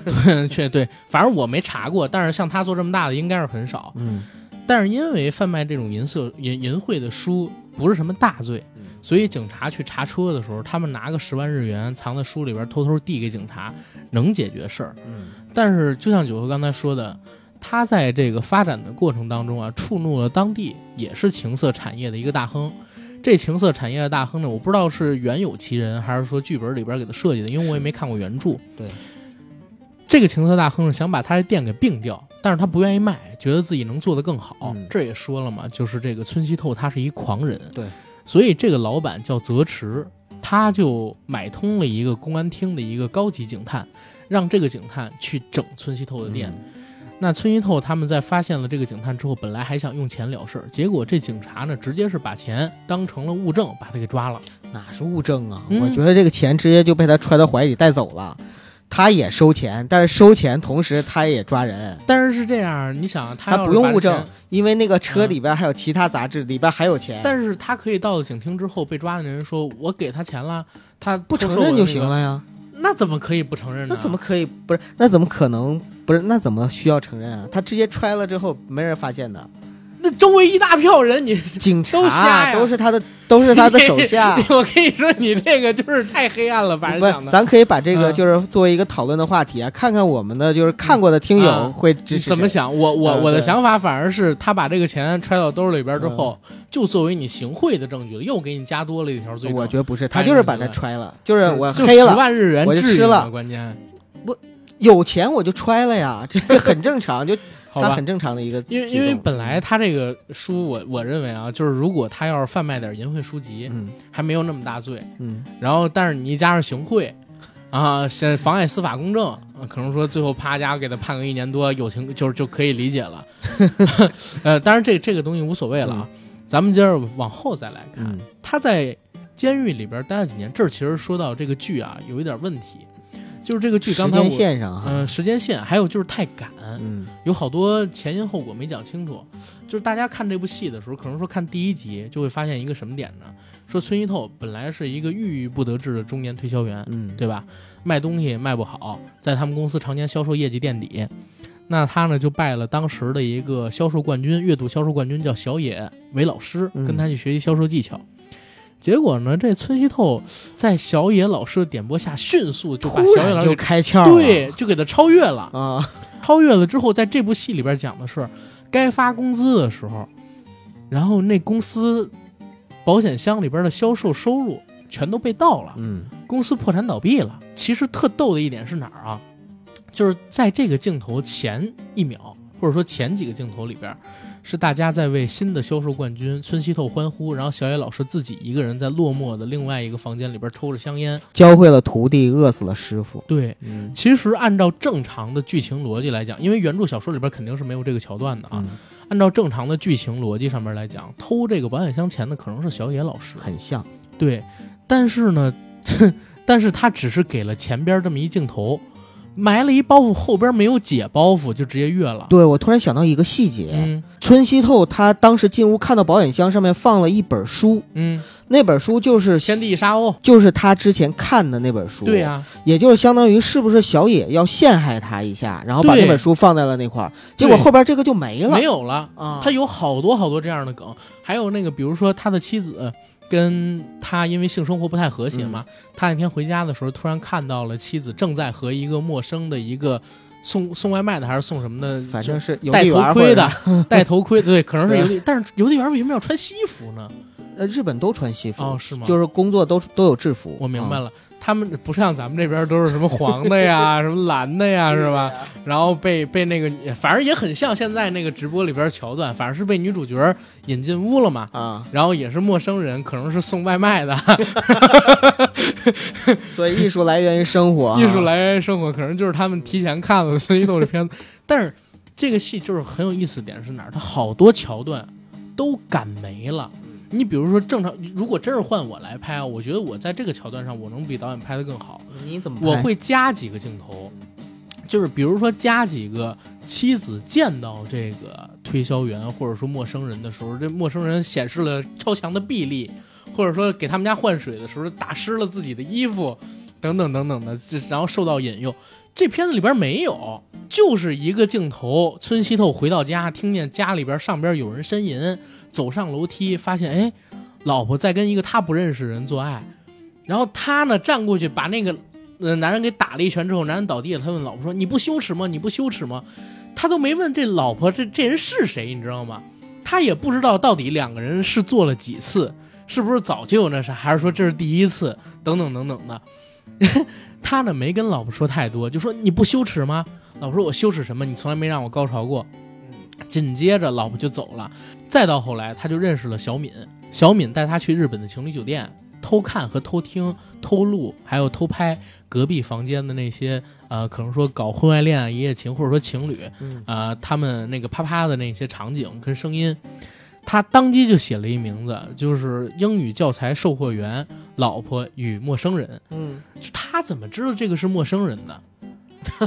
Speaker 1: 对，确对，反正我没查过，但是像他做这么大的应该是很少。
Speaker 2: 嗯
Speaker 1: 但是因为贩卖这种淫色淫淫秽的书不是什么大罪
Speaker 2: 嗯，
Speaker 1: 所以警察去查车的时候，他们拿个十万日元藏在书里边，偷偷递给警察，能解决事儿。
Speaker 2: 嗯
Speaker 1: 但是就像九哥刚才说的，他在这个发展的过程当中啊，触怒了当地也是情色产业的一个大亨。这情色产业的大亨呢，我不知道是原有其人，还是说剧本里边给他设计的，因为我也没看过原著。
Speaker 2: 对，
Speaker 1: 这个情色大亨是想把他的店给并掉，但是他不愿意卖，觉得自己能做得更好。
Speaker 2: 嗯
Speaker 1: 这也说了嘛，就是这个村西透他是一狂人，
Speaker 2: 对，
Speaker 1: 所以这个老板叫泽池，他就买通了一个公安厅的一个高级警探，让这个警探去整村西透的店。
Speaker 2: 嗯
Speaker 1: 那村西透他们在发现了这个警探之后，本来还想用钱了事儿，结果这警察呢，直接是把钱当成了物证，把他给抓了。
Speaker 2: 哪是物证啊？
Speaker 1: 嗯
Speaker 2: 我觉得这个钱直接就被他揣到怀里带走了。他也收钱，但是收钱同时他也抓人。
Speaker 1: 但是是这样，你想他
Speaker 2: 他
Speaker 1: 要是
Speaker 2: 不用
Speaker 1: 把
Speaker 2: 物
Speaker 1: 钱
Speaker 2: 证，因为那个车
Speaker 1: 嗯
Speaker 2: 里边还有其他杂志，里边还有钱，
Speaker 1: 但是他可以到了警厅之后，被抓的人说：“我给他钱了，他
Speaker 2: 不承认就行。了呀。”
Speaker 1: 那怎么可以不承认呢？
Speaker 2: 那怎么可以不是？那怎么可能不是？那怎么需要承认啊？他直接揣了之后，没人发现的。
Speaker 1: 那周围一大票人，你
Speaker 2: 警察
Speaker 1: 都瞎呀。
Speaker 2: 都是他的，都是他的手下
Speaker 1: 我 跟你说，你这个就是太黑暗了，把人
Speaker 2: 不
Speaker 1: 想
Speaker 2: 是，
Speaker 1: 的。
Speaker 2: 咱可以把这个
Speaker 1: 嗯
Speaker 2: 就是作为一个讨论的话题啊，看看我们的就是看过的听友
Speaker 1: 嗯
Speaker 2: 会支
Speaker 1: 你
Speaker 2: 持
Speaker 1: 怎么
Speaker 2: 谁。
Speaker 1: 想？我我
Speaker 2: 嗯
Speaker 1: 我的
Speaker 2: 对
Speaker 1: 想法反而是，他把这个钱揣到兜里边之后，
Speaker 2: 嗯
Speaker 1: 就作为你行贿的证据了，又给你加多了一条罪
Speaker 2: 我
Speaker 1: 证。
Speaker 2: 觉得不是，
Speaker 1: 哎
Speaker 2: 他就是
Speaker 1: 你
Speaker 2: 把
Speaker 1: 明白
Speaker 2: 他揣了，就是我
Speaker 1: 就
Speaker 2: 黑
Speaker 1: 十
Speaker 2: 了，
Speaker 1: 万日元
Speaker 2: 我就
Speaker 1: 至于
Speaker 2: 吃
Speaker 1: 吗
Speaker 2: 了
Speaker 1: 关键
Speaker 2: 有钱我就揣了呀，这个很正常，就
Speaker 1: 好
Speaker 2: 它
Speaker 1: 吧
Speaker 2: 很？正常的一个举动，
Speaker 1: 因为因为本来他这个书我，我认为啊，就是如果他要是贩卖点淫秽书籍，
Speaker 2: 嗯
Speaker 1: 还没有那么大罪。
Speaker 2: 嗯，
Speaker 1: 然后，但是你一加上行贿，啊，先妨碍司法公正，啊可能说最后啪家伙给他判个一年多，有情就是就可以理解了。 呃，当然这这个东西无所谓了啊，咱们接着往后再来看，
Speaker 2: 嗯
Speaker 1: 他在监狱里边待了几年，这儿其实说到这个剧啊，有一点问题，就是这个剧
Speaker 2: 时
Speaker 1: 刚才我
Speaker 2: 间线上
Speaker 1: 嗯、
Speaker 2: 哈，
Speaker 1: 时间线，还有就是太赶，
Speaker 2: 嗯
Speaker 1: 有好多前因后果没讲清楚。就是大家看这部戏的时候，可能说看第一集就会发现一个什么点呢？说村一透本来是一个郁郁不得志的中年推销员，
Speaker 2: 嗯，
Speaker 1: 对吧？卖东西卖不好，在他们公司常年销售业绩垫底。那他呢就拜了当时的一个销售冠军，月度销售冠军叫小野为老师，
Speaker 2: 嗯
Speaker 1: 跟他去学习销售技巧。结果呢，这村西透在小野老师的点拨下，迅速就把
Speaker 2: 突
Speaker 1: 小野老
Speaker 2: 然
Speaker 1: 师
Speaker 2: 就
Speaker 1: 给
Speaker 2: 开窍了，
Speaker 1: 对，就给他超越了。
Speaker 2: 啊，
Speaker 1: 超越了之后，在这部戏里边讲的是，该发工资的时候，然后那公司保险箱里边的销售收入全都被盗了，
Speaker 2: 嗯
Speaker 1: 公司破产倒闭了。其实特逗的一点是哪儿啊？就是在这个镜头前一秒，或者说前几个镜头里边，是大家在为新的销售冠军村西透欢呼，然后小野老师自己一个人在落寞的另外一个房间里边抽着香烟。
Speaker 2: 教会了徒弟，饿死了师傅，
Speaker 1: 对，
Speaker 2: 嗯
Speaker 1: 其实按照正常的剧情逻辑来讲，因为原著小说里边肯定是没有这个桥段的啊。
Speaker 2: 嗯
Speaker 1: 按照正常的剧情逻辑上面来讲，偷这个保险箱钱的可能是小野老师，
Speaker 2: 很像，
Speaker 1: 对。但是呢， 但是他只是给了前边这么一镜头，埋了一包袱，后边没有解包袱就直接越了。
Speaker 2: 对我突然想到一个细节，
Speaker 1: 嗯
Speaker 2: 春熙透他当时进屋看到保险箱上面放了一本书，
Speaker 1: 嗯，
Speaker 2: 那本书就是
Speaker 1: 天地一沙鸥，
Speaker 2: 就是他之前看的那本书，
Speaker 1: 对、啊呀、
Speaker 2: 也就是相当于是不是小野要陷害他一下，然后把
Speaker 1: 对
Speaker 2: 那本书放在了那块儿，结果
Speaker 1: 对
Speaker 2: 后边这个就没了，
Speaker 1: 没有了。
Speaker 2: 啊，
Speaker 1: 他有好多好多这样的梗，还有那个，比如说他的妻子跟他因为性生活不太和谐嘛，
Speaker 2: 嗯
Speaker 1: 他那天回家的时候突然看到了妻子正在和一个陌生的一个送送外卖的还是送什么的，
Speaker 2: 啊反正是邮
Speaker 1: 戴
Speaker 2: 递员
Speaker 1: 头
Speaker 2: 或者
Speaker 1: 盔
Speaker 2: 是啊
Speaker 1: 的，戴头盔的 对，可能是邮递，但是邮递员为什么要穿西服呢？
Speaker 2: 呃，日本都穿西服，
Speaker 1: 哦，是吗？
Speaker 2: 就是啊工作都都有制服。
Speaker 1: 我明白
Speaker 2: 了，
Speaker 1: 了。他们不像咱们这边都是什么黄的呀，什么蓝的 呀，
Speaker 2: 嗯啊
Speaker 1: 是吧？然后被被那个，反正也很像现在那个直播里边桥段，反正是被女主角引进屋了嘛。
Speaker 2: 啊，
Speaker 1: 然后也是陌生人，可能是送外卖的，，
Speaker 2: 所以艺术来源于生活 啊
Speaker 1: 艺术来源于生活，可能就是他们提前看了孙一豆这片子。但是这个戏就是很有意思的点是哪儿？它好多桥段都赶没了。你比如说，正常如果真是换我来拍啊，我觉得我在这个桥段上，我能比导演拍的更好。
Speaker 2: 啊，你怎么
Speaker 1: 我
Speaker 2: 拍
Speaker 1: 会加几个镜头，就是比如说加几个妻子见到这个推销员或者说陌生人的时候，这陌生人显示了超强的臂力，或者说给他们家换水的时候打湿了自己的衣服，等等等等的，这然后受到引诱。这片子里边没有，就是一个镜头，村西透回到家，听见家里边上边有人呻吟，走上楼梯，发现哎，老婆在跟一个他不认识的人做爱，然后他呢站过去把那个呃男人给打了一拳之后，男人倒地了，他问老婆说：“你不羞耻吗？你不羞耻吗？”他都没问这老婆这这人是谁，你知道吗？他也不知道到底两个人是做了几次，是不是早就有那啥，还是说这是第一次，等等等等的。他呢没跟老婆说太多，就说你不羞耻吗？老婆说我羞耻什么？你从来没让我高潮过。紧接着老婆就走了，再到后来他就认识了小敏，小敏带他去日本的情侣酒店偷看和偷听、偷录，还有偷拍隔壁房间的那些呃，可能说搞婚外恋啊、一夜情，或者说情侣，
Speaker 2: 嗯
Speaker 1: 啊，他们那个啪啪的那些场景跟声音，他当即就写了一名字，就是英语教材售货员老婆与陌生人。
Speaker 2: 嗯，
Speaker 1: 就他怎么知道这个是陌生人 呢？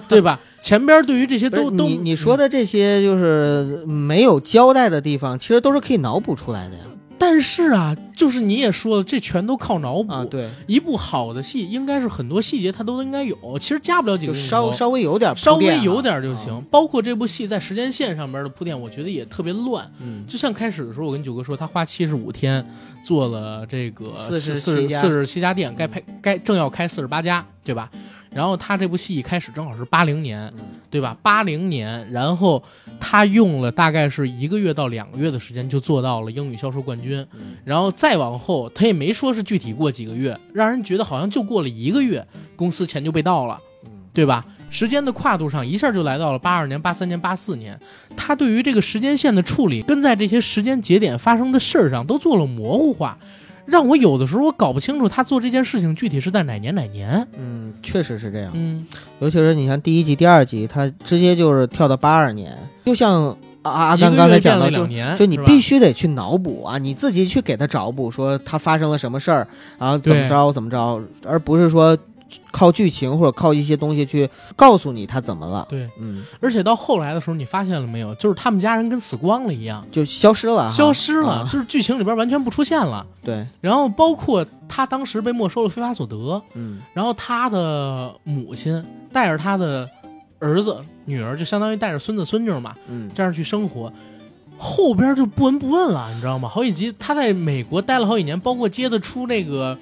Speaker 1: 对吧？前边对于这些
Speaker 2: 不是
Speaker 1: 都都
Speaker 2: 你你说的这些就是没有交代的地方，其实都是可以脑补出来的呀。
Speaker 1: 但是啊，就是你也说了，这全都靠脑补。
Speaker 2: 啊，对，
Speaker 1: 一部好的戏应该是很多细节它都应该有，其实加不了几
Speaker 2: 就
Speaker 1: 个镜头。
Speaker 2: 稍稍微有点铺
Speaker 1: 稍微
Speaker 2: 垫啊
Speaker 1: 有点就行。
Speaker 2: 啊
Speaker 1: 包括这部戏在时间线上边的铺垫，我觉得也特别乱。
Speaker 2: 嗯，
Speaker 1: 就像开始的时候，我跟九哥说，他花七十五天做了这个
Speaker 2: 47
Speaker 1: 四
Speaker 2: 家嗯
Speaker 1: 四十七家店，该拍该正要开四十八家，对吧？然后他这部戏一开始正好是八零年，
Speaker 2: 嗯
Speaker 1: 对吧？八零年，然后他用了大概是一个月到两个月的时间就做到了英语销售冠军，
Speaker 2: 嗯
Speaker 1: 然后再往后他也没说是具体过几个月，让人觉得好像就过了一个月，公司钱就被盗了，
Speaker 2: 嗯
Speaker 1: 对吧？时间的跨度上一下就来到了八二年、八三年、八四年，他对于这个时间线的处理跟在这些时间节点发生的事儿上都做了模糊化，让我有的时候我搞不清楚他做这件事情具体是在哪年哪年。
Speaker 2: 嗯，确实是这样。
Speaker 1: 嗯
Speaker 2: 尤其是你像第一集、第二集，它直接就是跳到八二年，就像啊阿
Speaker 1: 一个
Speaker 2: 甘
Speaker 1: 月
Speaker 2: 刚才
Speaker 1: 见
Speaker 2: 讲
Speaker 1: 了
Speaker 2: 到，
Speaker 1: 两
Speaker 2: 就
Speaker 1: 年，
Speaker 2: 就你
Speaker 1: 是吧
Speaker 2: 必须得去脑补啊，你自己去给他找补，说他发生了什么事儿，然后怎么
Speaker 1: 对
Speaker 2: 着怎么着，而不是说靠剧情或者靠一些东西去告诉你他怎么了。
Speaker 1: 对，
Speaker 2: 嗯，
Speaker 1: 而且到后来的时候，你发现了没有？就是他们家人跟死光了一样，
Speaker 2: 就消失了啊，
Speaker 1: 消失了，
Speaker 2: 啊
Speaker 1: 就是剧情里边完全不出现了。
Speaker 2: 对，
Speaker 1: 然后包括他当时被没收了非法所得，
Speaker 2: 嗯
Speaker 1: 然后他的母亲带着他的儿子、女儿，就相当于带着孙子孙女嘛，
Speaker 2: 嗯，
Speaker 1: 这样去生活。后边就不闻不问了，你知道吗？好几集他在美国待了好几年，包括接得出那个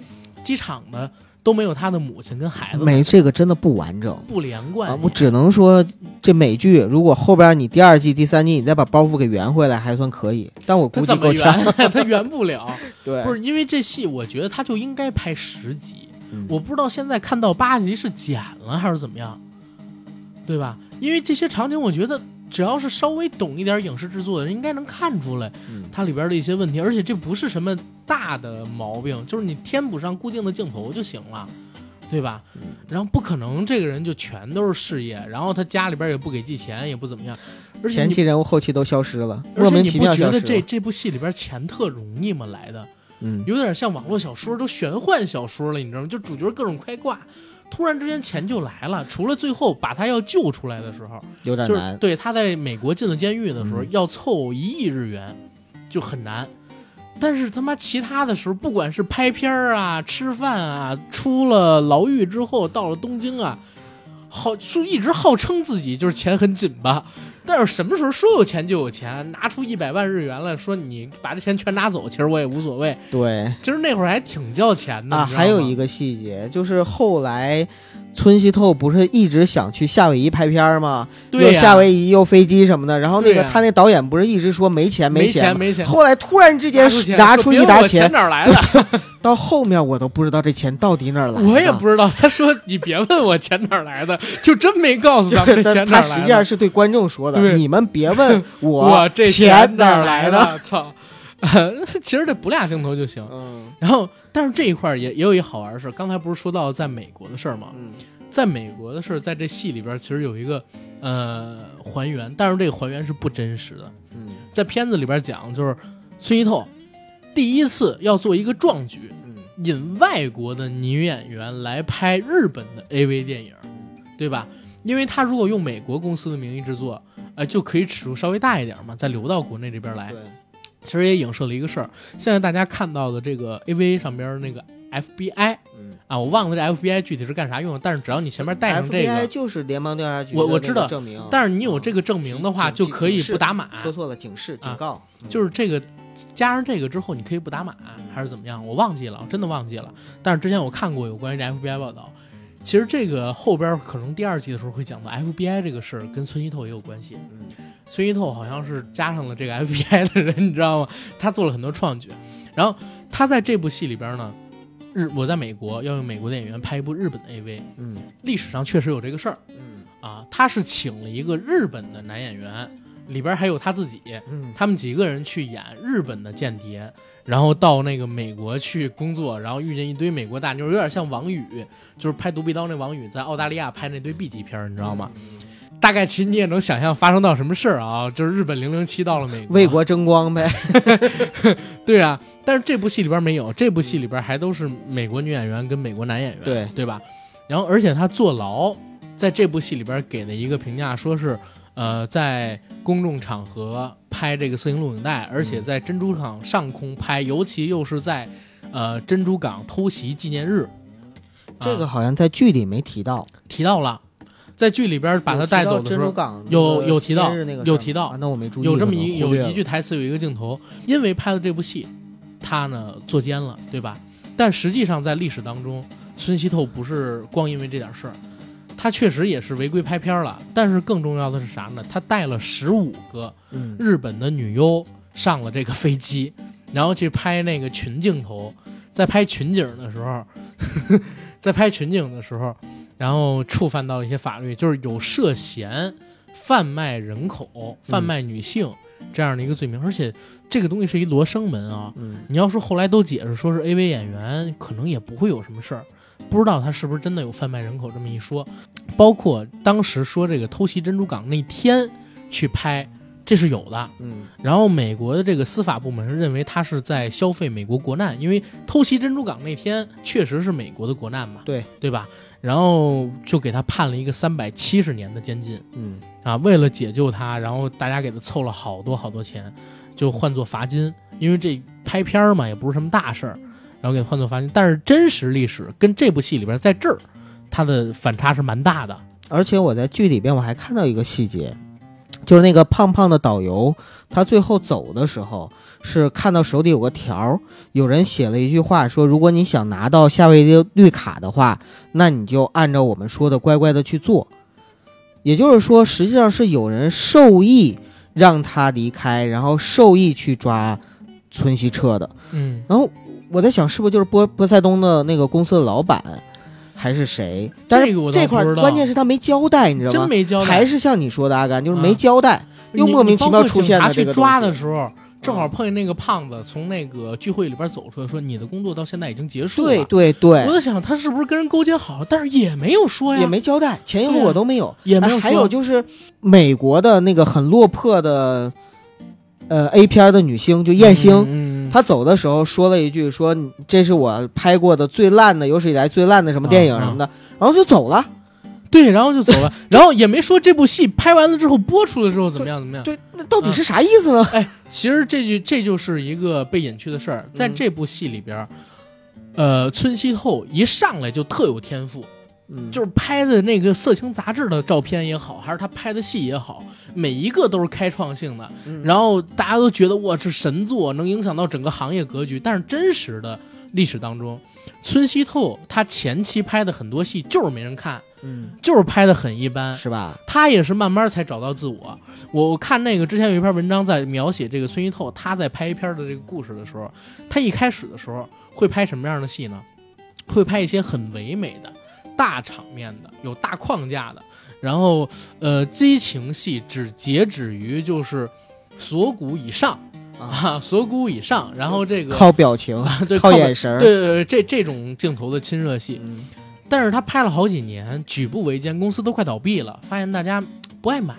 Speaker 1: 机场的都没有他的母亲跟孩子，
Speaker 2: 没这个真的不完整。
Speaker 1: 哎不连
Speaker 2: 啊
Speaker 1: 贯。，
Speaker 2: 我只能说，这美剧如果后边你第二季、第三季你再把包袱给圆回来，还算可以。但我
Speaker 1: 他
Speaker 2: 估计
Speaker 1: 怎么
Speaker 2: 够
Speaker 1: 圆
Speaker 2: 呛。？
Speaker 1: 他圆不了。
Speaker 2: 对，
Speaker 1: 不是因为这戏，我觉得他就应该拍十集。
Speaker 2: 嗯
Speaker 1: 我不知道现在看到八集是剪了还是怎么样，对吧？因为这些场景，我觉得只要是稍微懂一点影视制作的人，应该能看出来
Speaker 2: 嗯
Speaker 1: 它里边的一些问题。而且这不是什么大的毛病，就是你添补上固定的镜头就行了。对吧？
Speaker 2: 嗯
Speaker 1: 然后不可能，这个人就全都是事业，然后他家里边也不给寄钱，也不怎么样，而且
Speaker 2: 前
Speaker 1: 你
Speaker 2: 期人物后期都消失了，
Speaker 1: 而
Speaker 2: 莫
Speaker 1: 且
Speaker 2: 名
Speaker 1: 你
Speaker 2: 其
Speaker 1: 不
Speaker 2: 妙
Speaker 1: 觉
Speaker 2: 消
Speaker 1: 得
Speaker 2: 失
Speaker 1: 这
Speaker 2: 了。
Speaker 1: 这部戏里边钱特容易吗？来的，
Speaker 2: 嗯，
Speaker 1: 有点像网络小说，都玄幻小说了，你知道吗？就主角各种开挂，突然之间钱就来了。除了最后把他要救出来的时候，
Speaker 2: 有点
Speaker 1: 就是
Speaker 2: 难。
Speaker 1: 对他在美国进了监狱的时候，
Speaker 2: 嗯
Speaker 1: 要凑一亿日元就很难。但是他妈其他的时候，不管是拍片儿啊、吃饭啊，出了牢狱之后到了东京啊，号就一直号称自己就是钱很紧吧，但是什么时候说有钱就有钱，拿出一百万日元来说你把这钱全拿走，其实我也无所谓。
Speaker 2: 对
Speaker 1: 其实那会儿还挺叫钱的
Speaker 2: 啊，还有一
Speaker 1: 个，
Speaker 2: 个细节就是后来村西透不是一直想去夏威夷拍片儿吗？又
Speaker 1: 对呀、
Speaker 2: 夏威夷又飞机什么的。然后那
Speaker 1: 对
Speaker 2: 个
Speaker 1: 呀
Speaker 2: 他那导演不是一直说没钱
Speaker 1: 没
Speaker 2: 钱吗？
Speaker 1: 没钱，
Speaker 2: 后来突然之间是拿出一
Speaker 1: 说别问
Speaker 2: 沓
Speaker 1: 我钱，哪儿来的？
Speaker 2: 到后面我都不知道这钱到底哪儿来的。
Speaker 1: 我也不知道。他说你别问我钱哪儿来的，就真没告诉咱们这
Speaker 2: 他
Speaker 1: 钱哪
Speaker 2: 他
Speaker 1: 儿
Speaker 2: 实
Speaker 1: 来
Speaker 2: 际上
Speaker 1: 的。
Speaker 2: 是对观众说的，
Speaker 1: 对
Speaker 2: 你们别问
Speaker 1: 我这
Speaker 2: 钱
Speaker 1: 哪儿
Speaker 2: 来的。
Speaker 1: 的？操！ 其实这补俩镜头就行。
Speaker 2: 嗯
Speaker 1: 然后，但是这一块儿也也有一好玩的事儿。刚才不是说到在美国的事儿吗？
Speaker 2: 嗯
Speaker 1: 在美国的事儿，在这戏里边儿其实有一个呃还原，但是这个还原是不真实的。
Speaker 2: 嗯
Speaker 1: 在片子里边讲，就是孙一透第一次要做一个壮举，
Speaker 2: 嗯
Speaker 1: 引外国的女演员来拍日本的 AV 电影，对吧？因为他如果用美国公司的名义制作，呃，就可以尺度稍微大一点嘛，再流到国内这边来
Speaker 2: 对。，
Speaker 1: 其实也影射了一个事儿，现在大家看到的这个 AV 上边那个 FBI
Speaker 2: 嗯。
Speaker 1: 啊，我忘了这 FBI 具体是干啥用的，但是只要你前面带上这
Speaker 2: FBI
Speaker 1: 个，
Speaker 2: 就是联邦调查局的
Speaker 1: 我我
Speaker 2: 那个
Speaker 1: 知道
Speaker 2: 证明，
Speaker 1: 但是你有这个证明的话，
Speaker 2: 警
Speaker 1: 就可以
Speaker 2: 警示
Speaker 1: 不打码。啊
Speaker 2: 说错了，警示、警告，嗯
Speaker 1: 就是这个加上这个之后，你可以不打码还是怎么样？我忘记了，我真的忘记了。但是之前我看过有关于这 FBI 报道，其实这个后边可能第二季的时候会讲到 FBI 这个事儿跟村西透也有关系。
Speaker 2: 嗯
Speaker 1: 孙一透好像是加上了这个 FBI 的人，你知道吗？他做了很多创举。然后他在这部戏里边呢，日我在美国要用美国的演员拍一部日本的 AV，
Speaker 2: 嗯
Speaker 1: 历史上确实有这个事儿
Speaker 2: 嗯
Speaker 1: 啊。他是请了一个日本的男演员，里边还有他自己，
Speaker 2: 嗯
Speaker 1: 他们几个人去演日本的间谍，然后到那个美国去工作，然后遇见一堆美国大妞，有点像王宇，就是拍《独臂刀》那王宇在澳大利亚拍那堆 B 级片儿，你知道吗？
Speaker 2: 嗯
Speaker 1: 大概其实你也能想象发生到什么事儿啊，就是日本零零七到了美国，
Speaker 2: 为国争光呗，
Speaker 1: 啊对啊，但是这部戏里边没有，这部戏里边还都是美国女演员跟美国男演员，
Speaker 2: 对
Speaker 1: 对吧？然后而且他坐牢，在这部戏里边给的一个评价说是，呃，在公众场合拍这个色情录影带，而且在珍珠港上空拍，尤其又是在呃珍珠港偷袭纪念日，啊
Speaker 2: 这个好像在剧里没提到，
Speaker 1: 提到了，在剧里边把他带走
Speaker 2: 有
Speaker 1: 的时
Speaker 2: 提到珍珠
Speaker 1: 候。
Speaker 2: 港
Speaker 1: 有有提到
Speaker 2: 那个节日那个事儿吗
Speaker 1: 有提到
Speaker 2: 啊那我没注意，
Speaker 1: 有这么
Speaker 2: 可能
Speaker 1: 一
Speaker 2: 忽
Speaker 1: 有
Speaker 2: 略
Speaker 1: 一句台词，有一个镜头，因为拍了这部戏，他呢坐监了，对吧？但实际上在历史当中，村西透不是光因为这点事儿，他确实也是违规拍片儿了。但是更重要的是啥呢？他带了十五个
Speaker 2: 了，嗯
Speaker 1: 日本的女优上了这个飞机，然后去拍那个 群镜头，在拍群景的时候，在拍群景的时候，然后触犯到一些法律，就是有涉嫌贩卖人口、贩卖女性、这样的一个罪名。而且这个东西是一罗生门啊，
Speaker 2: 嗯
Speaker 1: 你要说后来都解释说是 AV 演员，可能也不会有什么事儿。不知道他是不是真的有贩卖人口这么一说，包括当时说这个偷袭珍珠港那天去拍，这是有的。
Speaker 2: 嗯
Speaker 1: 然后美国的这个司法部门认为他是在消费美国国难，因为偷袭珍珠港那天确实是美国的国难嘛，
Speaker 2: 对
Speaker 1: 对吧？然后就给他判了一个三百七十年的监禁
Speaker 2: 嗯
Speaker 1: 啊！为了解救他，然后大家给他凑了好多好多钱，就换作罚金，因为这拍片儿嘛，也不是什么大事儿，然后给他换作罚金。但是真实历史跟这部戏里边在这儿，它的反差是蛮大的。
Speaker 2: 而且我在剧里边我还看到一个细节，就是那个胖胖的导游，他最后走的时候是看到手里有个条儿，有人写了一句话说，如果你想拿到夏威夷绿卡的话，那你就按照我们说的乖乖的去做。也就是说，实际上是有人授意让他离开，然后授意去抓村西彻的。
Speaker 1: 嗯，
Speaker 2: 然后我在想，是不是就是波波塞冬的那个公司的老板，还是谁？但
Speaker 1: 这
Speaker 2: 是
Speaker 1: 个我倒
Speaker 2: 这块
Speaker 1: 不知
Speaker 2: 儿
Speaker 1: 道
Speaker 2: 关键是他没交代，你知道
Speaker 1: 真
Speaker 2: 吗？
Speaker 1: 没交代，
Speaker 2: 还是像你说的阿甘，就是
Speaker 1: 啊
Speaker 2: 没交代。又
Speaker 1: 你
Speaker 2: 莫名其妙出现
Speaker 1: 你包括警察
Speaker 2: 了这
Speaker 1: 去
Speaker 2: 个
Speaker 1: 抓
Speaker 2: 东西啊
Speaker 1: 的时候，正好碰见那个胖子从那个聚会里边走出来，说你的工作到现在已经结束了。
Speaker 2: 对对
Speaker 1: 啊我
Speaker 2: 对，
Speaker 1: 在想他是不是跟人勾结好，但是也没有说呀，
Speaker 2: 也没交代，前因后
Speaker 1: 对啊
Speaker 2: 果都没有。
Speaker 1: 也没
Speaker 2: 哎
Speaker 1: 有说。
Speaker 2: 还有就是美国的那个很落魄的，呃 A 片的女星就艳星，
Speaker 1: 嗯，嗯
Speaker 2: 她走的时候说了一句说你这是我拍过的最烂的有史以来最烂的什么
Speaker 1: 嗯
Speaker 2: 电影什么的，然后就走了。
Speaker 1: 对，然后就走了，然后也没说这部戏拍完了之后播出了之后怎么样怎么样。
Speaker 2: 对，那到
Speaker 1: 嗯
Speaker 2: 底是啥意思呢？
Speaker 1: 哎，其实这就这就是一个被隐去的事儿，在
Speaker 2: 嗯
Speaker 1: 这部戏里边。呃，村西透一上来就特有天赋，
Speaker 2: 嗯
Speaker 1: 就是拍的那个色情杂志的照片也好，还是他拍的戏也好，每一个都是开创性的。
Speaker 2: 嗯
Speaker 1: 然后大家都觉得哇，是神作，能影响到整个行业格局。但是真实的历史当中，村西透他前期拍的很多戏就是没人看，
Speaker 2: 嗯，
Speaker 1: 就是拍的很一般。
Speaker 2: 是吧？
Speaker 1: 他也是慢慢才找到自我。我我看那个之前有一篇文章在描写这个村西透，他在拍一篇的这个故事的时候，他一开始的时候会拍什么样的戏呢？会拍一些很唯美的、大场面的、有大框架的，然后呃，激情戏只截止于就是锁骨以上
Speaker 2: 啊，
Speaker 1: 啊，锁骨以上，然后这个
Speaker 2: 靠表情，
Speaker 1: 对
Speaker 2: 靠
Speaker 1: 靠
Speaker 2: 眼神儿，
Speaker 1: 对对对这这种镜头的亲热戏，
Speaker 2: 嗯，
Speaker 1: 但是他拍了好几年，举步维艰，公司都快倒闭了，发现大家嘖不爱买，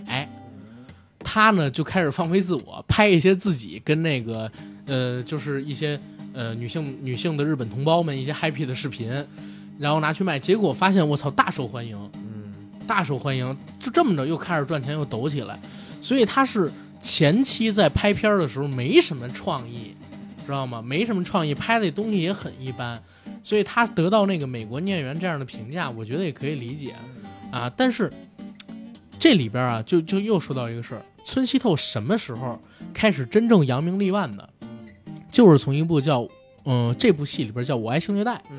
Speaker 1: 他呢就开始放飞自我，拍一些自己跟那个呃，就是一些呃女性女性的日本同胞们一些 happy 的视频，然后拿去卖，结果发现我操大受欢迎，
Speaker 2: 嗯
Speaker 1: 大受欢迎，就这么着又开始赚钱又抖起来，所以他是前期在拍片儿的时候没什么创意，知道吗？没什么创意，拍的东西也很一般，所以他得到那个美国孽缘这样的评价，我觉得也可以理解啊。但是这里边啊，就就又说到一个事儿，村西透什么时候开始真正扬名立万的？就是从一部叫嗯、这部戏里边叫《我爱性虐待》。
Speaker 2: 嗯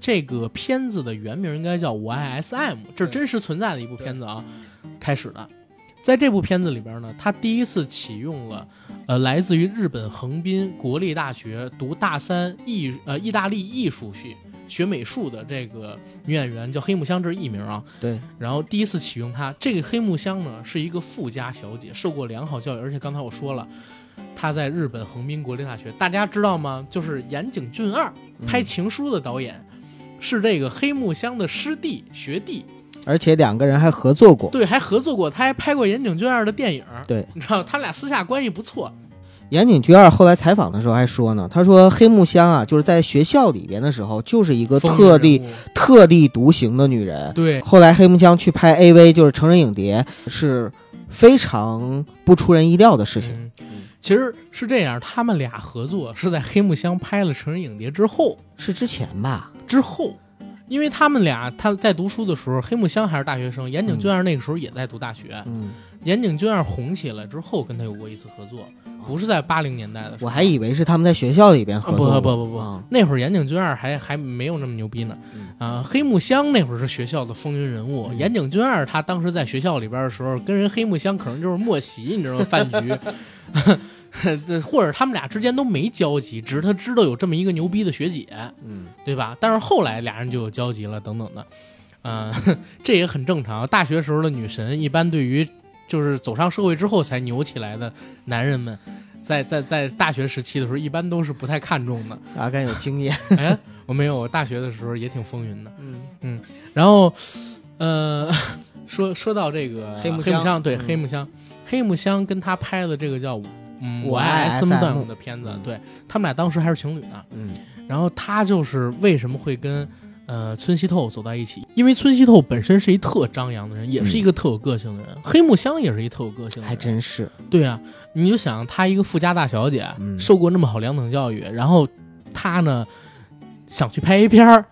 Speaker 1: 这个片子的原名应该叫《我爱 SM》，这是真实存在的一部片子啊，开始的。在这部片子里边呢，他第一次启用了，呃，来自于日本横滨国立大学读大三艺呃意大利艺术系学美术的这个女演员叫黑木香，这是艺名啊。
Speaker 2: 对，
Speaker 1: 然后第一次启用她，这个黑木香呢是一个富家小姐，受过良好教育，而且刚才我说了，她在日本横滨国立大学，大家知道吗？就是岩井俊二拍《
Speaker 2: 嗯
Speaker 1: 情书》的导演，是这个黑木香的师弟学弟，
Speaker 2: 而且两个人还合作过。
Speaker 1: 对，还合作过，他还拍过岩井俊二的电影，
Speaker 2: 对，
Speaker 1: 你知道他俩私下关系不错，
Speaker 2: 岩井俊二后来采访的时候还说呢，他说黑木香啊，就是在学校里边的时候，就是一个
Speaker 1: 风
Speaker 2: 特
Speaker 1: 云人
Speaker 2: 立
Speaker 1: 物，
Speaker 2: 特立独行的女人。
Speaker 1: 对，
Speaker 2: 后来黑木香去拍 AV，就是成人影碟，是非常不出人意料的事情。
Speaker 1: 嗯其实是这样，他们俩合作是在黑木香拍了成人影碟之后，
Speaker 2: 是之前吧？
Speaker 1: 之后，因为他们俩他在读书的时候，黑木香还是大学生，岩井俊二那个时候也在读大学。
Speaker 2: 嗯，
Speaker 1: 岩井俊二红起来之后，跟他有过一次合作，不是在八零年代的时候。
Speaker 2: 我还以为是他们在学校里边
Speaker 1: 啊
Speaker 2: 合
Speaker 1: 不
Speaker 2: 作过、
Speaker 1: 不不不
Speaker 2: 啊
Speaker 1: 不，那会儿岩井俊二还还没有那么牛逼呢。啊，黑木香那会儿是学校的风云人物，
Speaker 2: 嗯
Speaker 1: 岩井俊二他当时在学校里边的时候，跟人黑木香可能就是莫席，你知道吗？饭局。 对或者他们俩之间都没交集，只是他知道有这么一个牛逼的学姐，
Speaker 2: 嗯
Speaker 1: 对吧？但是后来俩人就有交集了，等等的。嗯， 这也很正常。啊大学时候的女神，一般对于就是走上社会之后才牛起来的男人们，在在在大学时期的时候，一般都是不太看重 的。
Speaker 2: 阿甘有经验，
Speaker 1: 哎，我没有，我大学的时候也挺风云的。
Speaker 2: 嗯，
Speaker 1: 然后，呃， 说说到这个
Speaker 2: 黑木
Speaker 1: 木
Speaker 2: 香
Speaker 1: 香，对、
Speaker 2: 嗯
Speaker 1: 黑木香，黑木香跟他拍的这个叫《嗯
Speaker 2: 我爱
Speaker 1: 爱
Speaker 2: SM
Speaker 1: 斯姆顿的片子，
Speaker 2: 嗯
Speaker 1: 对他们俩当时还是情侣呢。
Speaker 2: 嗯，
Speaker 1: 然后他就是为什么会跟呃村西透走到一起，因为村西透本身是一特张扬的人，也是一个特有个性的人，黑木香也是一特有个性的人，
Speaker 2: 嗯还真是，
Speaker 1: 对啊，你就想她一个富家大小姐，
Speaker 2: 嗯
Speaker 1: 受过那么好良等教育，然后她呢想去拍 A 片儿，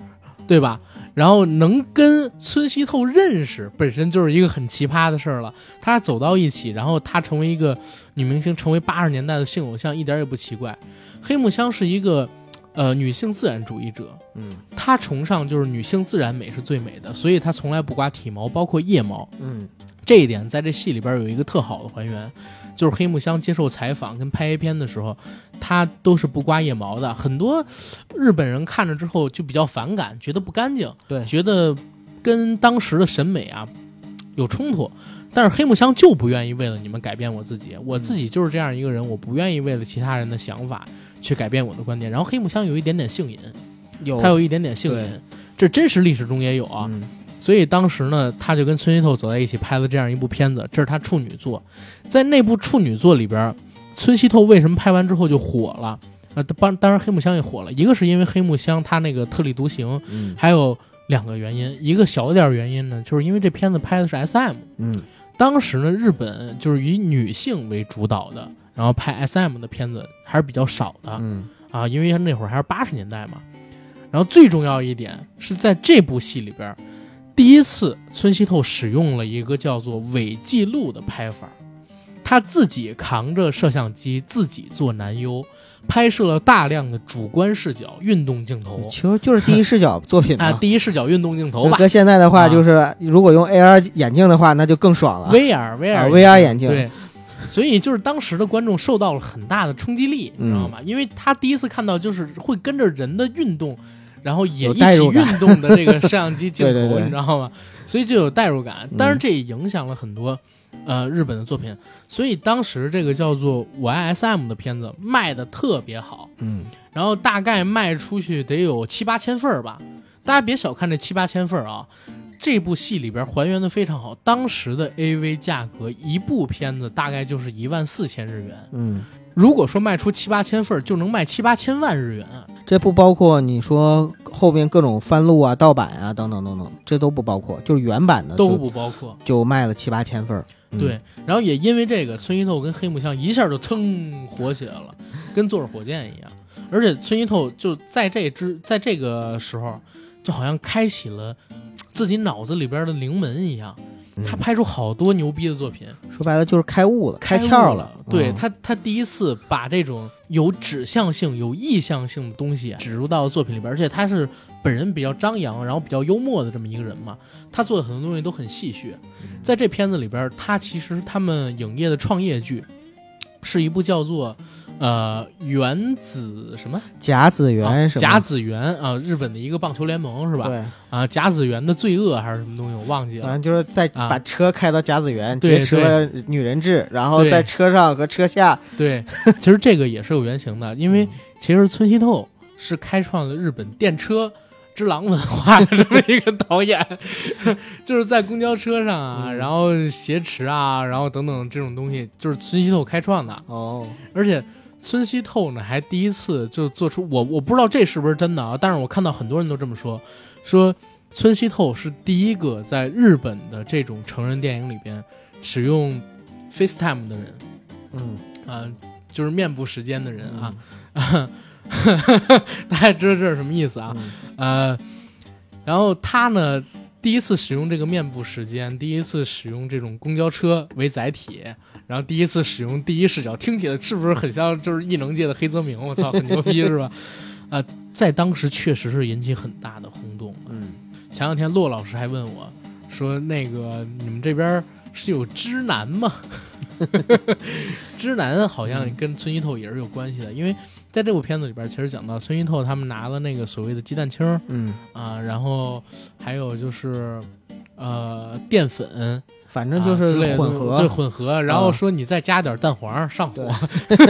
Speaker 1: 对吧？然后能跟村西透认识，本身就是一个很奇葩的事儿了。她走到一起，然后她成为一个女明星，成为八十年代的性偶像，一点儿也不奇怪。黑木香是一个呃女性自然主义者，
Speaker 2: 嗯
Speaker 1: 她崇尚就是女性自然美是最美的，所以她从来不刮体毛，包括腋毛。
Speaker 2: 嗯
Speaker 1: 这一点在这戏里边有一个特好的还原，就是黑木香接受采访跟拍 A 片的时候，她都是不刮腋毛的。很多日本人看着之后就比较反感，觉得不干净，
Speaker 2: 对
Speaker 1: 觉得跟当时的审美啊有冲突。但是黑木香就不愿意为了你们改变我自己，我自己就是这样一个人，我不愿意为了其他人的想法去改变我的观点。然后黑木香有一点点性瘾，
Speaker 2: 有
Speaker 1: 她有一点点性
Speaker 2: 对
Speaker 1: 瘾，这真实历史中也有啊。
Speaker 2: 嗯
Speaker 1: 所以当时呢，他就跟村西透走在一起拍了这样一部片子，这是他处女作。在那部处女作里边，村西透为什么拍完之后就火了？呃，当当然黑木香也火了，一个是因为黑木香她那个特立独行，
Speaker 2: 嗯
Speaker 1: 还有两个原因，一个小点儿原因呢，就是因为这片子拍的是 SM，
Speaker 2: 嗯
Speaker 1: 当时呢日本就是以女性为主导的，然后拍 SM 的片子还是比较少的。
Speaker 2: 嗯
Speaker 1: 啊，因为那会儿还是八十年代嘛。然后最重要一点是在这部戏里边儿，第一次村西透使用了一个叫做伪记录的拍法，他自己扛着摄像机自己做男优，拍摄了大量的主观视角运动镜头
Speaker 2: 其实就是第一视角作品
Speaker 1: 啊，
Speaker 2: 嘛。
Speaker 1: 第一视角运动镜头吧
Speaker 2: 搁现在的话，
Speaker 1: 啊
Speaker 2: 就是如果用 AR 眼镜的话，那就更爽了。
Speaker 1: ，VR VR、
Speaker 2: 啊，VR 眼镜
Speaker 1: 对。所以就是当时的观众受到了很大的冲击力，
Speaker 2: 嗯
Speaker 1: 你知道吗？因为他第一次看到就是会跟着人的运动，然后也
Speaker 2: 有
Speaker 1: 一
Speaker 2: 代
Speaker 1: 起
Speaker 2: 入感
Speaker 1: 运动的这个摄像机镜头，
Speaker 2: 对对对
Speaker 1: 你知道吗？所以就有代入感。当然
Speaker 2: 嗯
Speaker 1: 这也影响了很多呃日本的作品。所以当时这个叫做《我爱 SM》的片子卖的特别好，
Speaker 2: 嗯，
Speaker 1: 然后大概卖出去得有七八千份儿吧。大家别小看这七八千份儿啊，这部戏里边还原的非常好。当时的 AV 价格，一部片子大概就是一万四千日元。
Speaker 2: 嗯，
Speaker 1: 如果说卖出七八千份儿，就能卖七八千万日元啊。
Speaker 2: 这不包括你说后面各种翻录啊、盗版啊等等等等，这都不包括，就是原版的
Speaker 1: 都
Speaker 2: 就
Speaker 1: 不包括。
Speaker 2: 就卖了七八千份儿。嗯
Speaker 1: 对，，然后也因为这个，村一透跟黑木香一下就蹭火起来了，跟坐着火箭一样。而且村一透就在这之在这个时候，就好像开启了自己脑子里边的灵门一样，他拍出好多牛逼的作品，
Speaker 2: 说白了就是开悟了，窍
Speaker 1: 悟
Speaker 2: 了。
Speaker 1: 对
Speaker 2: 嗯
Speaker 1: 他，他第一次把这种有指向性、有意向性的东西啊植入到作品里边，而且他是本人比较张扬，然后比较幽默的这么一个人嘛，他做的很多东西都很戏谑。
Speaker 2: 嗯
Speaker 1: 在这片子里边，他其实是他们影业的创业剧是一部叫做。呃，原子什么？
Speaker 2: 甲子
Speaker 1: 啊
Speaker 2: 园什么
Speaker 1: 甲子园啊、日本的一个棒球联盟是吧？
Speaker 2: 对，
Speaker 1: 啊，甲子园的罪恶还是什么东西，我忘记了
Speaker 2: 反。正就是在
Speaker 1: 啊
Speaker 2: 把车开到甲子园，
Speaker 1: 对
Speaker 2: 劫持了女人质，然后
Speaker 1: 对
Speaker 2: 在车上和车下，
Speaker 1: 对，其实这个也是有原型的，因为其实村西透是开创了日本电车之狼文化的这么一个导演， 就是在公交车上啊，
Speaker 2: 嗯
Speaker 1: 然后挟持啊，然后等等这种东西，就是村西透开创的。
Speaker 2: 哦，
Speaker 1: 而且村西透呢，还第一次就做出我我不知道这是不是真的啊，但是我看到很多人都这么说，说村西透是第一个在日本的这种成人电影里边使用 FaceTime 的人。
Speaker 2: 嗯
Speaker 1: 啊、就是面部时间的人啊
Speaker 2: 嗯，
Speaker 1: 大家知道这是什么意思啊？
Speaker 2: 嗯
Speaker 1: 呃，然后他呢，第一次使用这个面部时间，第一次使用这种公交车为载体，然后第一次使用第一视角，听起来是不是很像就是异能界的黑泽明？我操，很牛逼是吧？ 呃，在当时确实是引起很大的轰动。啊
Speaker 2: 嗯，
Speaker 1: 前两天骆老师还问我说：“那个你们这边儿是有知
Speaker 2: 嗯
Speaker 1: 男吗？”知男好像跟村西透也是有关系的，因为在这部片子里边，其实讲到孙一透他们拿了那个所谓的鸡蛋清儿
Speaker 2: 嗯，
Speaker 1: 啊，然后还有就是呃淀粉，
Speaker 2: 反正就
Speaker 1: 啊之类
Speaker 2: 是
Speaker 1: 的
Speaker 2: 混
Speaker 1: 东西
Speaker 2: 合 嗯
Speaker 1: 对，混合，然后说你再加点蛋黄上火
Speaker 2: 对，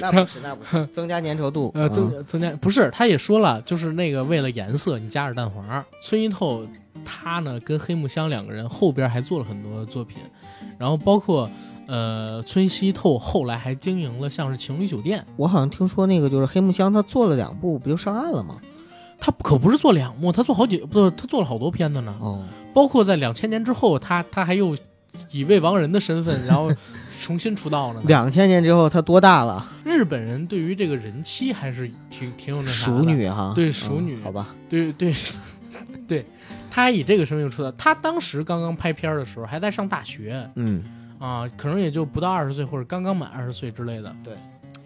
Speaker 2: 那不是那不是，增加粘稠度。
Speaker 1: 呃，
Speaker 2: 嗯
Speaker 1: 增增加不是，他也说了，就是那个为了颜色，你加点蛋黄。孙一透他呢跟黑木香两个人后边还做了很多作品，然后包括呃村西透后来还经营了像是情侣酒店，
Speaker 2: 我好像听说那个就是黑木香，他做了两部不就上岸了吗？
Speaker 1: 他可不是做两幕，他做好几不是他做了好多片子呢，
Speaker 2: 哦，
Speaker 1: 包括在两千年之后，他他还又以未亡人的身份，然后重新出道了呢。
Speaker 2: 两千年之后他多大了？
Speaker 1: 日本人对于这个人妻还是挺挺有那啥的
Speaker 2: 熟，女哈，
Speaker 1: 对
Speaker 2: 嗯
Speaker 1: 熟女
Speaker 2: 好吧，
Speaker 1: 对对对，他还以这个身份出道。他当时刚刚拍片儿的时候还在上大学
Speaker 2: 嗯，
Speaker 1: 啊、可能也就不到二十岁或者刚刚满二十岁之类的。
Speaker 2: 对。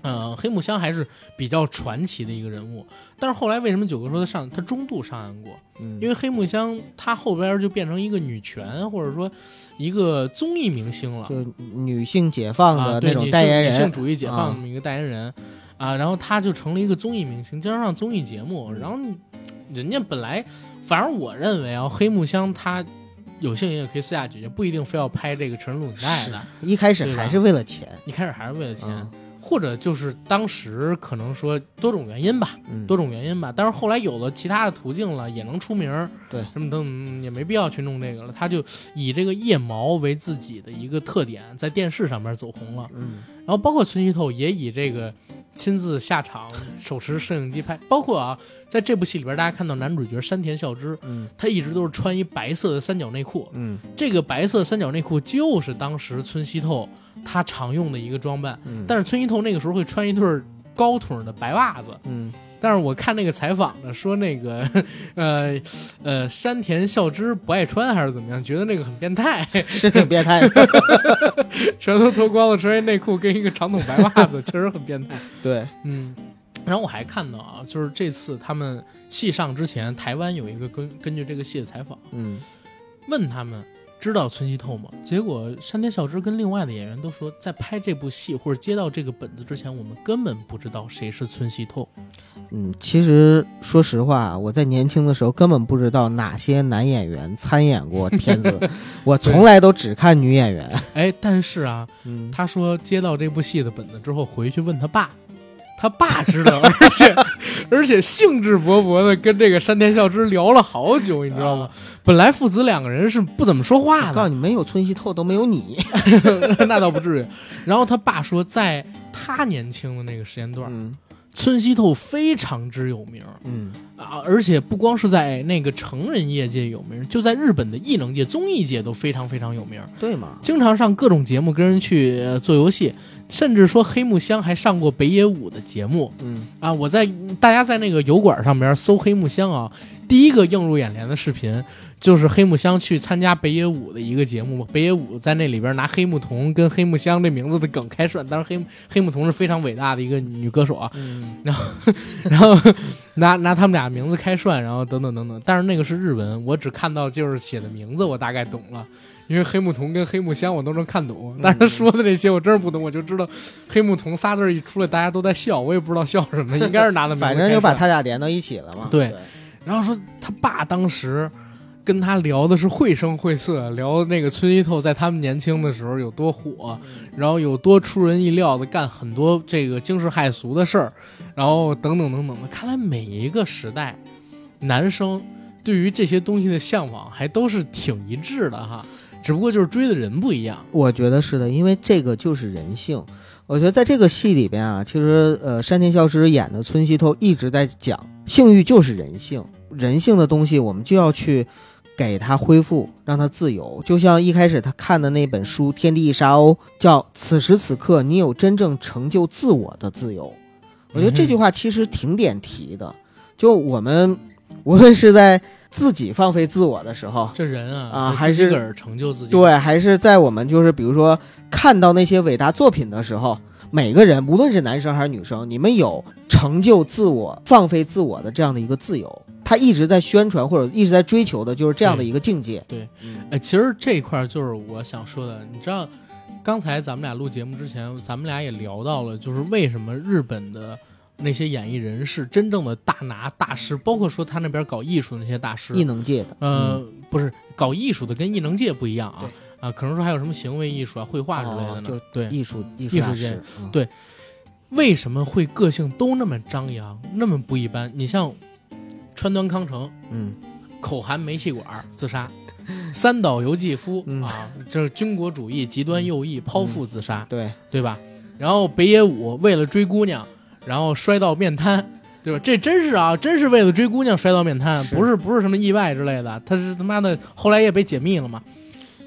Speaker 1: 呃，黑木香还是比较传奇的一个人物，但是后来为什么九哥说他上他中度上岸过？因
Speaker 2: 嗯因
Speaker 1: 为黑木香她后边就变成一个女权，或者说一个综艺明星了，
Speaker 2: 就女性解放
Speaker 1: 啊，
Speaker 2: 的
Speaker 1: 对女
Speaker 2: 那种
Speaker 1: 性
Speaker 2: 代言
Speaker 1: 女性
Speaker 2: 人，
Speaker 1: 主义解放这么一个代言人啊，然后她就成了一个综艺明星，经常上综艺节目，
Speaker 2: 嗯
Speaker 1: 然后你人家本来，反正我认为啊，黑木香她有幸也可以私下解决，不一定非要拍这个成人录影带的，
Speaker 2: 一开始
Speaker 1: 对吧
Speaker 2: 还是为了钱，
Speaker 1: 一开始还是为了钱，
Speaker 2: 嗯
Speaker 1: 或者就是当时可能说多种原因吧，
Speaker 2: 嗯，
Speaker 1: 多种原因吧。但是后来有了其他的途径了，也能出名儿，
Speaker 2: 对
Speaker 1: 什么等等也没必要去弄这个了。他就以这个腋毛为自己的一个特点，在电视上面走红了。
Speaker 2: 嗯，
Speaker 1: 然后包括村西透也以这个亲自下 场，手持摄影机拍。包括啊，在这部戏里边，大家看到男主角山田孝之，
Speaker 2: 嗯
Speaker 1: 他一直都是穿一白色的三角内裤。
Speaker 2: 嗯
Speaker 1: 这个白色三角内裤就是当时村西透他常用的一个装扮，
Speaker 2: 嗯，
Speaker 1: 但是村西透那个时候会穿一对儿高筒的白袜子。
Speaker 2: 嗯
Speaker 1: 但是我看那个采访呢，说那个， 呃，呃，山田孝之不爱穿还是怎么样，觉得那个很变 态，
Speaker 2: 是挺变态 的，
Speaker 1: 全都脱光了，穿一内裤跟一个长筒白袜 子，确实很变态。
Speaker 2: 对，
Speaker 1: 嗯，然后我还看到啊，就是这次他们戏上之前，台湾有一个根根据这个戏的采访，
Speaker 2: 嗯，
Speaker 1: 问他们知道村西透吗？结果山田孝之跟另外的演员都说，在拍这部戏或者接到这个本子之前，我们根本不知道谁是村西透。
Speaker 2: 嗯，其实说实话，啊我在年轻的时候根本不知道哪些男演员参演过片 子，我从来都只看女演员。
Speaker 1: 哎，但是啊，
Speaker 2: 嗯，
Speaker 1: 他说接到这部戏的本子之后，回去问他爸，他爸知道，而 且而且兴致勃勃的跟这个山田孝之聊了好久，你知道吗？本来父子两个人是不怎么说话
Speaker 2: 我告
Speaker 1: 的，
Speaker 2: 诉你，没有村西透都没有你。
Speaker 1: 那倒不至于。然后他爸说，在他年轻的那个时间段，
Speaker 2: 嗯
Speaker 1: 村西透非常之有名
Speaker 2: 嗯
Speaker 1: 啊，而且不光是在那个成人业界有名，就在日本的艺能界、综艺界都非常非常有名。
Speaker 2: 对嘛？
Speaker 1: 经常上各种节目跟人去、呃做游戏，甚至说黑木香还上过北野武的节目
Speaker 2: 嗯，
Speaker 1: 啊！我在大家在那个油管上面搜黑木香啊，第一个映入眼帘的视频就是黑木香去参加北野武的一个节目，北野武在那里边拿黑木瞳跟黑木香这名字的梗开涮，当然黑黑木瞳是非常伟大的一个女歌手啊，
Speaker 2: 嗯
Speaker 1: 然后拿拿他们俩名字开涮，然后等等等等。但是那个是日文，我只看到就是写的名字，我大概懂了。因为黑木瞳跟黑木香我都能看
Speaker 2: 嗯
Speaker 1: 懂，但是说的这些我真是不懂，我就知道黑木瞳仨字儿一出来，大家都在笑，我也不知道笑什么，应该是拿的名字开
Speaker 2: 反
Speaker 1: 涮。
Speaker 2: 正就把他俩连到一起了嘛。
Speaker 1: 对然后说他爸当时跟他聊的是绘声绘色，聊那个村西透在他们年轻的时候有多火，然后有多出人意料的干很多这个惊世骇俗的事儿，然后等等等等的。看来每一个时代，男生对于这些东西的向往还都是挺一致的哈，只不过就是追的人不一样。
Speaker 2: 我觉得是的，因为这个就是人性。我觉得在这个戏里边啊，其实呃，山田孝之演的村西透一直在讲，性欲就是人性，人性的东西我们就要去给它恢复，让它自由。就像一开始他看的那本书《天地一沙鸥》，叫《此时此刻你有真正成就自我的自由》。我觉得这句话其实挺点题的，就我们无论是在自己放飞自我的时候，
Speaker 1: 这人啊，
Speaker 2: 啊
Speaker 1: 得
Speaker 2: 还
Speaker 1: 自己
Speaker 2: 是
Speaker 1: 个儿成就自己。
Speaker 2: 对，还是在我们就是比如说看到那些伟大作品的时候，每个人无论是男生还是女生，你们有成就自我、放飞自我的这样的一个自由。他一直在宣传或者一直在追求的就是这样的一个境界。
Speaker 1: 对
Speaker 2: 嗯，
Speaker 1: 哎，其实这一块儿就是我想说的，你知道，刚才咱们俩录节目之前，咱们俩也聊到了，就是为什么日本的那些演艺人士，真正的大拿大师，包括说他那边搞艺术的那些大师，
Speaker 2: 艺能界的，
Speaker 1: 呃，不是搞艺术的跟艺能界不一样啊
Speaker 2: 对
Speaker 1: 啊，可能说还有什么行为艺术啊、绘画之类的呢。
Speaker 2: 哦就
Speaker 1: 对，
Speaker 2: 艺术艺
Speaker 1: 艺
Speaker 2: 术
Speaker 1: 术
Speaker 2: 大
Speaker 1: 界
Speaker 2: 师，嗯
Speaker 1: 对为什么会个性都那么张扬，那么不一般？你像川端康成，
Speaker 2: 嗯，
Speaker 1: 口含煤气管儿自杀； 三岛由纪夫、
Speaker 2: 嗯
Speaker 1: 啊，这是军国主义极端右翼剖腹自杀，
Speaker 2: 对，
Speaker 1: 对吧？然后北野武为了追姑娘，然后摔到面瘫，对吧？这真是啊，真是为了追姑娘摔到面瘫，
Speaker 2: 是
Speaker 1: 不是不是什么意外之类的。他是他妈的后来也被解密了嘛。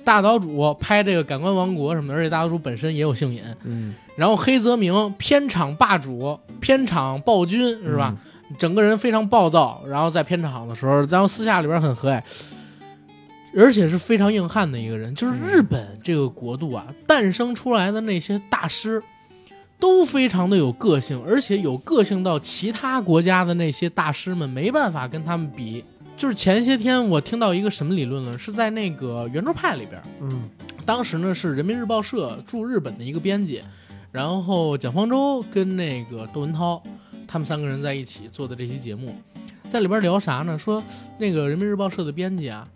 Speaker 1: 大岛主拍这个《感官王国》什么的，而且大岛主本身也有性瘾。
Speaker 2: 嗯，
Speaker 1: 然后黑泽明片场霸主，片场暴君是吧？
Speaker 2: 嗯？
Speaker 1: 整个人非常暴躁，然后在片场的时候，然后私下里边很和蔼，而且是非常硬汉的一个人。
Speaker 2: 嗯
Speaker 1: 就是日本这个国度啊，诞生出来的那些大师，都非常的有个性，而且有个性到其他国家的那些大师们没办法跟他们比。就是前些天我听到一个什么理论了，是在那个圆桌派里边，
Speaker 2: 嗯，
Speaker 1: 当时呢是人民日报社驻日本的一个编辑，然后蒋方舟跟那个窦文涛他们三个人在一起做的这期节目，在里边聊啥呢？说那个人民日报社的编辑啊，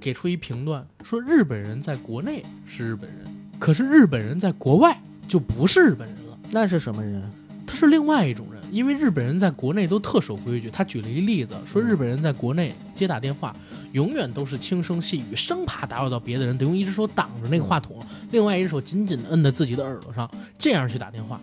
Speaker 1: 给出一评断，说日本人在国内是日本人，可是日本人在国外就不是日本人了，
Speaker 2: 那是什么人？
Speaker 1: 他是另外一种人。因为日本人在国内都特守规矩，他举了一例子，说日本人在国内接打电话，永远都是轻声细语，生怕打扰到别的人，得用一只手挡着那个话筒，另外一只手紧紧地摁在自己的耳朵上，这样去打电话。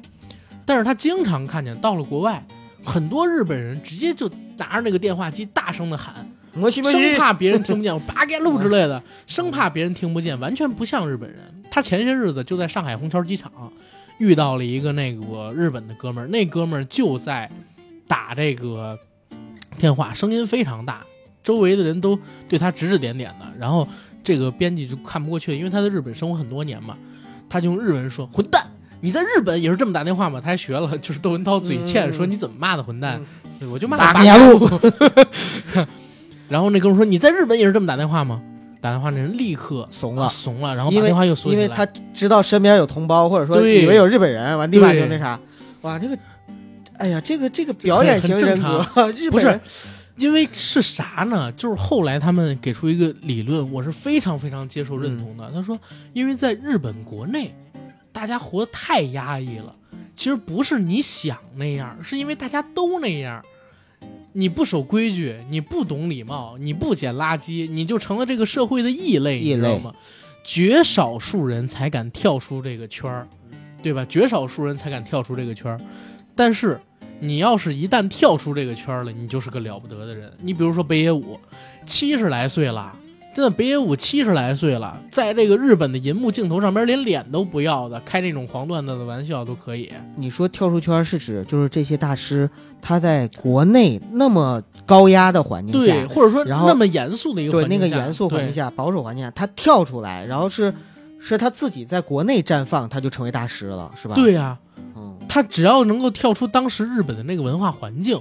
Speaker 1: 但是他经常看见到了国外，很多日本人直接就拿着那个电话机大声的喊，
Speaker 2: 我西嗯
Speaker 1: 生怕别人听不见，我八嘎路之类的，生怕别人听不见，完全不像日本人。他前些日子就在上海虹桥机场遇到了一个那个日本的哥们儿，那哥们儿就在打这个电话，声音非常大，周围的人都对他指指点点的。然后这个编辑就看不过去，因为他在日本生活很多年嘛，他就用日文说：“混蛋！”你在日本也是这么打电话吗？他还学了，就是窦文涛嘴欠，
Speaker 2: 嗯
Speaker 1: 说你怎么骂的混蛋？对我就骂
Speaker 2: 打
Speaker 1: 他
Speaker 2: 个牙路，
Speaker 1: 然后那哥们说：“你在日本也是这么打电话吗？”打电话那人立刻啊
Speaker 2: 怂了。
Speaker 1: 怂了，然后
Speaker 2: 因
Speaker 1: 把
Speaker 2: 为
Speaker 1: 电话又缩
Speaker 2: 因
Speaker 1: 起
Speaker 2: 为
Speaker 1: 来
Speaker 2: 他。知道身边有同胞，或者说
Speaker 1: 对
Speaker 2: 以为有日本人，完立马就
Speaker 1: 对
Speaker 2: 那啥，哇，这个，哎呀，这个这个表演型人
Speaker 1: 很
Speaker 2: 格， 日
Speaker 1: 不
Speaker 2: 本
Speaker 1: 是
Speaker 2: 人
Speaker 1: 因为是啥呢？就是后来他们给出一个理论，我是非常非常接受
Speaker 2: 嗯
Speaker 1: 认同的。他说，因为在日本国内，大家活得太压抑了。其实不是你想那样，是因为大家都那样。你不守规矩，你不懂礼貌，你不捡垃圾，你就成了这个社会的异类，你
Speaker 2: 异类
Speaker 1: 知道吗？绝少数人才敢跳出这个圈儿，对吧？绝少数人才敢跳出这个圈儿。但是你要是一旦跳出这个圈儿了，你就是个了不得的人。你比如说北野武，七十来岁了，真的北野武七十来岁了，在这个日本的银幕镜头上边连脸都不要的，开这种黄段子的玩笑都可以。
Speaker 2: 你说跳出圈儿是指就是这些大师他在国内那么高压的环境下，
Speaker 1: 对，或者说
Speaker 2: 然后
Speaker 1: 那么严肃的一个
Speaker 2: 对
Speaker 1: 环
Speaker 2: 那
Speaker 1: 境
Speaker 2: 个
Speaker 1: 下
Speaker 2: 严肃环境
Speaker 1: 对
Speaker 2: 下、保守环境下，他跳出来，然后是是他自己在国内绽放，他就成为大师了，是吧？，
Speaker 1: 对呀、
Speaker 2: 嗯，
Speaker 1: 他只要能够跳出当时日本的那个文化环境，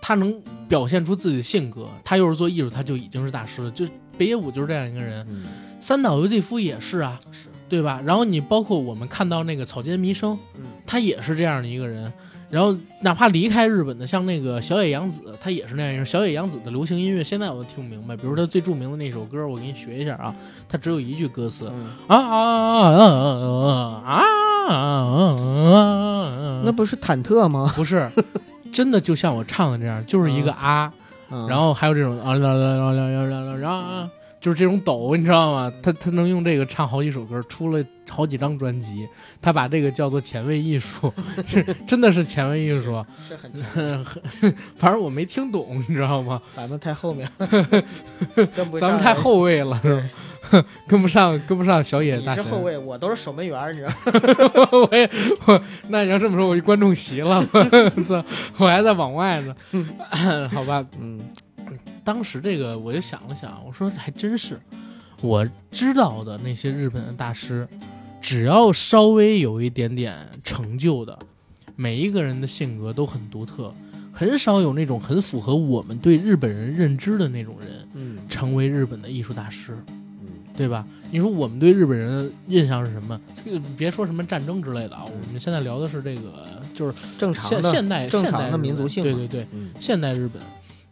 Speaker 1: 他能表现出自己的性格，他又是做艺术，他就已经是大师了。就是北野武就是这样一个人，
Speaker 2: 嗯
Speaker 1: 三岛由纪夫也是啊，
Speaker 2: 是，
Speaker 1: 对吧？然后你包括我们看到那个草间弥生，
Speaker 2: 嗯
Speaker 1: 他也是这样的一个人。然后哪怕离开日本的，像那个小野洋子，他也是那样一个人。小野洋子的流行音乐现在我都听不明白，比如他最著名的那首歌，我给你学一下啊，他只有一句歌词
Speaker 2: 嗯，
Speaker 1: 啊啊啊啊啊啊啊！
Speaker 2: 那不是忐忑吗？
Speaker 1: 不是，真的就像我唱的这样，就是一个啊。
Speaker 2: 嗯、
Speaker 1: 然后还有这种啊啦啦啦啦啦啦啦啦啊，就是这种抖，你知道吗？他他能用这个唱好几首歌，出了好几张专辑，他把这个叫做前卫艺术，是真的是前卫艺术。
Speaker 2: 是很强，
Speaker 1: 反正我没听懂，你知道吗？
Speaker 2: 咱们太后面， 跟不
Speaker 1: 咱们太后卫了，是吧？跟不上，跟不上小野大神。
Speaker 2: 卫，我都是守门员，你知道。
Speaker 1: 我也我那你要这么说，我就观众席了，我操，我还在往外呢。 好吧，
Speaker 2: 嗯
Speaker 1: 当时这个我就想了想，我说还真是，我知道的那些日本的大师，只要稍微有一点点成就的，每一个人的性格都很独特，很少有那种很符合我们对日本人认知的那种人
Speaker 2: 嗯
Speaker 1: 成为日本的艺术大师。
Speaker 2: 嗯，
Speaker 1: 对吧？你说我们对日本人的印象是什么？这个别说什么战争之类的啊，我们现在聊的是这个，就是
Speaker 2: 嗯正常
Speaker 1: 现
Speaker 2: 的
Speaker 1: 现代
Speaker 2: 正
Speaker 1: 现代
Speaker 2: 常
Speaker 1: 日
Speaker 2: 的
Speaker 1: 本
Speaker 2: 民族性
Speaker 1: 对
Speaker 2: 嘛
Speaker 1: 对对，
Speaker 2: 嗯
Speaker 1: 现代日本，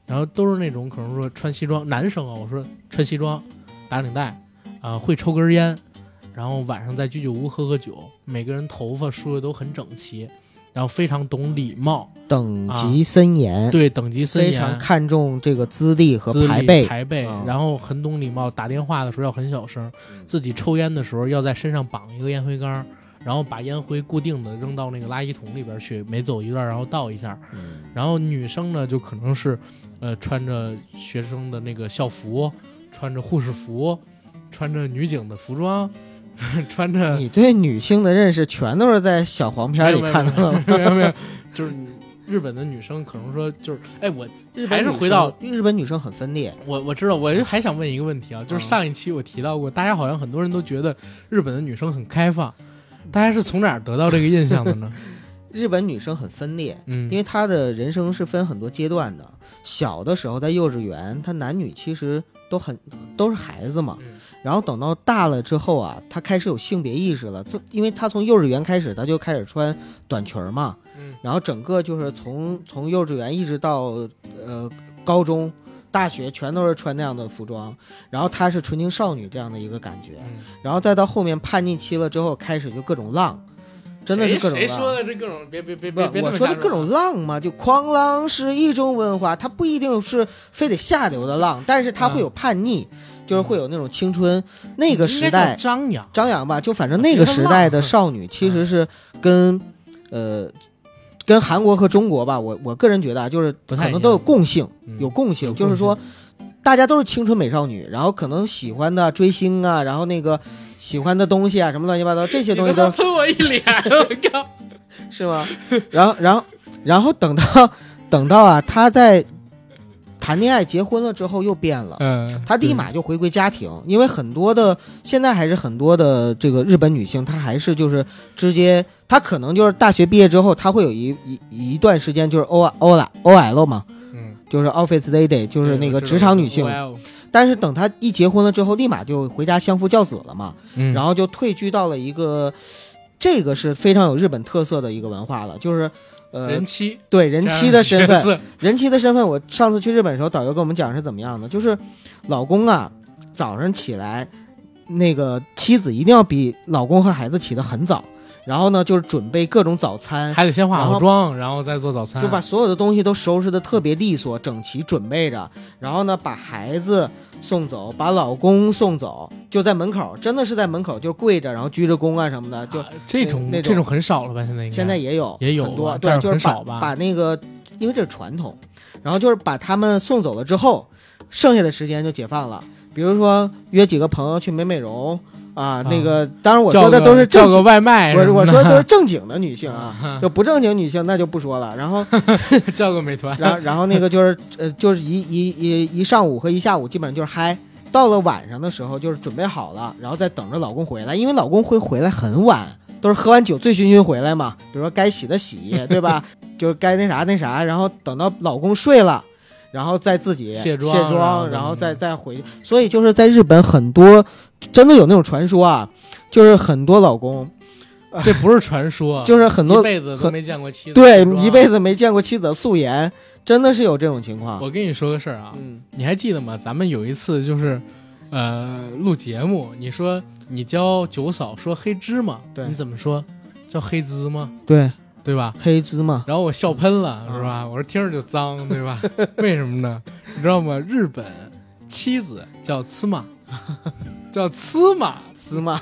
Speaker 1: 然后都是那种可能说穿西装，男生啊，我说穿西装，打领带，啊、会抽根烟，然后晚上在居酒屋喝喝酒，每个人头发梳的都很整齐，然后非常懂礼貌，啊
Speaker 2: 等级森严，
Speaker 1: 对等级森
Speaker 2: 非
Speaker 1: 严，
Speaker 2: 常看重这个资历和
Speaker 1: 啊资历
Speaker 2: 排辈。
Speaker 1: 排辈，
Speaker 2: 嗯
Speaker 1: 然后很懂礼貌，打电话的时候要很小声，自己抽烟的时候要在身上绑一个烟灰缸，然后把烟灰固定的扔到那个垃圾桶里边去，每走一段然后倒一下。
Speaker 2: 嗯
Speaker 1: 然后女生呢，就可能是，呃，穿着学生的那个校服，穿着护士服，穿着女警的服装， 穿着
Speaker 2: 你对女性的认识全都是在小黄片里看到的。
Speaker 1: 没有没有，就是日本的女生可能说就是，哎，我
Speaker 2: 日
Speaker 1: 还
Speaker 2: 本
Speaker 1: 是
Speaker 2: 女生
Speaker 1: 回到
Speaker 2: 日本女生很分裂，
Speaker 1: 我我知道，我就还想问一个问题啊，就是
Speaker 2: 嗯
Speaker 1: 上一期我提到过，大家好像很多人都觉得日本的女生很开放，大家是从哪儿得到这个印象的 呢？
Speaker 2: 日本女生很分裂，
Speaker 1: 嗯，
Speaker 2: 因为她的人生是分很多阶段的。小的时候在幼稚园，她男女其实都很都是孩子嘛。
Speaker 1: 嗯
Speaker 2: 然后等到大了之后啊，她开始有性别意识了，就因为她从幼稚园开始，她就开始穿短裙儿嘛。
Speaker 1: 嗯
Speaker 2: 然后整个就是从从幼稚园一直到呃高中、大学，全都是穿那样的服装。然后她是纯情少女这样的一个感觉，
Speaker 1: 嗯，
Speaker 2: 然后再到后面叛逆期了之后，开始就各种浪，真的是各种
Speaker 1: 谁谁说
Speaker 2: 浪。
Speaker 1: 的这各种别别别
Speaker 2: 不
Speaker 1: 别别，
Speaker 2: 我说的各
Speaker 1: 啊
Speaker 2: 种浪嘛，就狂浪是一种文化，它不一定是非得下流的浪，但是它
Speaker 1: 啊
Speaker 2: 会有叛逆，就是会有那种青春那个时代
Speaker 1: 张扬，
Speaker 2: 张扬吧，就反正
Speaker 1: 啊
Speaker 2: 那
Speaker 1: 觉
Speaker 2: 个
Speaker 1: 得
Speaker 2: 时
Speaker 1: 浪
Speaker 2: 代的
Speaker 1: 嗯
Speaker 2: 少女其实是跟，呃，跟韩国和中国吧，我我个人觉得啊，就是
Speaker 1: 不太
Speaker 2: 可
Speaker 1: 一
Speaker 2: 能
Speaker 1: 样
Speaker 2: 都有共性，
Speaker 1: 嗯
Speaker 2: 有共性，
Speaker 1: 有
Speaker 2: 就是
Speaker 1: 共
Speaker 2: 说，大家都是青春美少女，然后可能喜欢的追星啊，然后那个喜欢的东西啊，什么乱七八糟这些东西
Speaker 1: 你他妈
Speaker 2: 都
Speaker 1: 喷我一脸，我 靠！
Speaker 2: 是吗？然后然后然后等到等到啊，她在谈恋爱结婚了之后又变了。
Speaker 1: 嗯，
Speaker 2: 她立马就回归家庭，因为很多的现在还是很多的这个日本女性，她还是就是直接，她可能就是大学毕业之后，她会有一一一段时间就是 O O 啦 O L 嘛，
Speaker 1: 嗯，
Speaker 2: 就是 office lady，就是那个职场女性。但是等她一结婚了之后，立马就回家相夫教子了嘛，
Speaker 1: 嗯，
Speaker 2: 然
Speaker 1: 后
Speaker 2: 后就退居到了一个，这个是非常有日本特色的一个文化了，就是。呃
Speaker 1: 人，妻
Speaker 2: 对呃人妻的身份，
Speaker 1: 份，
Speaker 2: 人妻的身份，我上次去日本的时候，导游跟我们讲是怎么样的，就是老公啊，早上起来，那个妻子一定要比老公和孩子起得很早，然后呢，就是准备各种早餐，
Speaker 1: 还得先化好妆，然后再做早餐，啊
Speaker 2: 就把？所有的东西都收拾得特别利索、整齐，准备着，然后呢，把孩子送走，把老公送走，就在门口，真的是在门口就跪着，然后鞠着躬啊什么的，就
Speaker 1: 这种
Speaker 2: 那那种
Speaker 1: 这种很少了吧？现在应该
Speaker 2: 现在也有
Speaker 1: 也有
Speaker 2: 很多
Speaker 1: 吧，
Speaker 2: 对
Speaker 1: 但，是
Speaker 2: 就是
Speaker 1: 很
Speaker 2: 把
Speaker 1: 少吧
Speaker 2: 把那个，因为这是传统，然后就是把他们送走了之后，剩下的时间就解放了。比如说约几个朋友去美美容啊，那个当然我
Speaker 1: 叫
Speaker 2: 说的
Speaker 1: 个
Speaker 2: 都是
Speaker 1: 叫
Speaker 2: 正
Speaker 1: 个
Speaker 2: 经，
Speaker 1: 外卖什么
Speaker 2: 我
Speaker 1: 的，
Speaker 2: 我说的都是正经的女性啊，
Speaker 1: 啊，
Speaker 2: 就不正经女性那就不说了。然后
Speaker 1: 叫个美团，
Speaker 2: 然后然后那个就是呃就是一一一一上午和一下午基本上就是嗨。到了晚上的时候，就是准备好了，然后再等着老公回来，因为老公会回来很晚，都是喝完酒醉醺醺回来嘛。比如说该洗的洗，对吧？ 就是该那啥那啥，然后等到老公睡了，然后再自己
Speaker 1: 卸妆
Speaker 2: 卸
Speaker 1: 然后嗯
Speaker 2: 妆，然后再再回。所以就是在日本，很多真的有那种传说啊，就是很多老公，
Speaker 1: 这不是传说，
Speaker 2: 就是很多
Speaker 1: 啊一辈子都
Speaker 2: 很
Speaker 1: 没见过妻子，
Speaker 2: 对
Speaker 1: 是吧
Speaker 2: 一辈子没见过妻子的素颜，真的是有这种情况。
Speaker 1: 我跟你说个事儿啊，
Speaker 2: 嗯，
Speaker 1: 你还记得吗？咱们有一次就是，呃，录节目，你说你教九嫂说黑芝麻，
Speaker 2: 对
Speaker 1: 你怎么说？叫黑芝麻，
Speaker 2: 对，
Speaker 1: 对吧？
Speaker 2: 黑芝麻。
Speaker 1: 然后我笑喷了，
Speaker 2: 啊
Speaker 1: 是吧？我说听着就脏，对吧？ 为什么呢？你知道吗？日本妻子叫呲嘛， 叫呲嘛，
Speaker 2: 芝麻，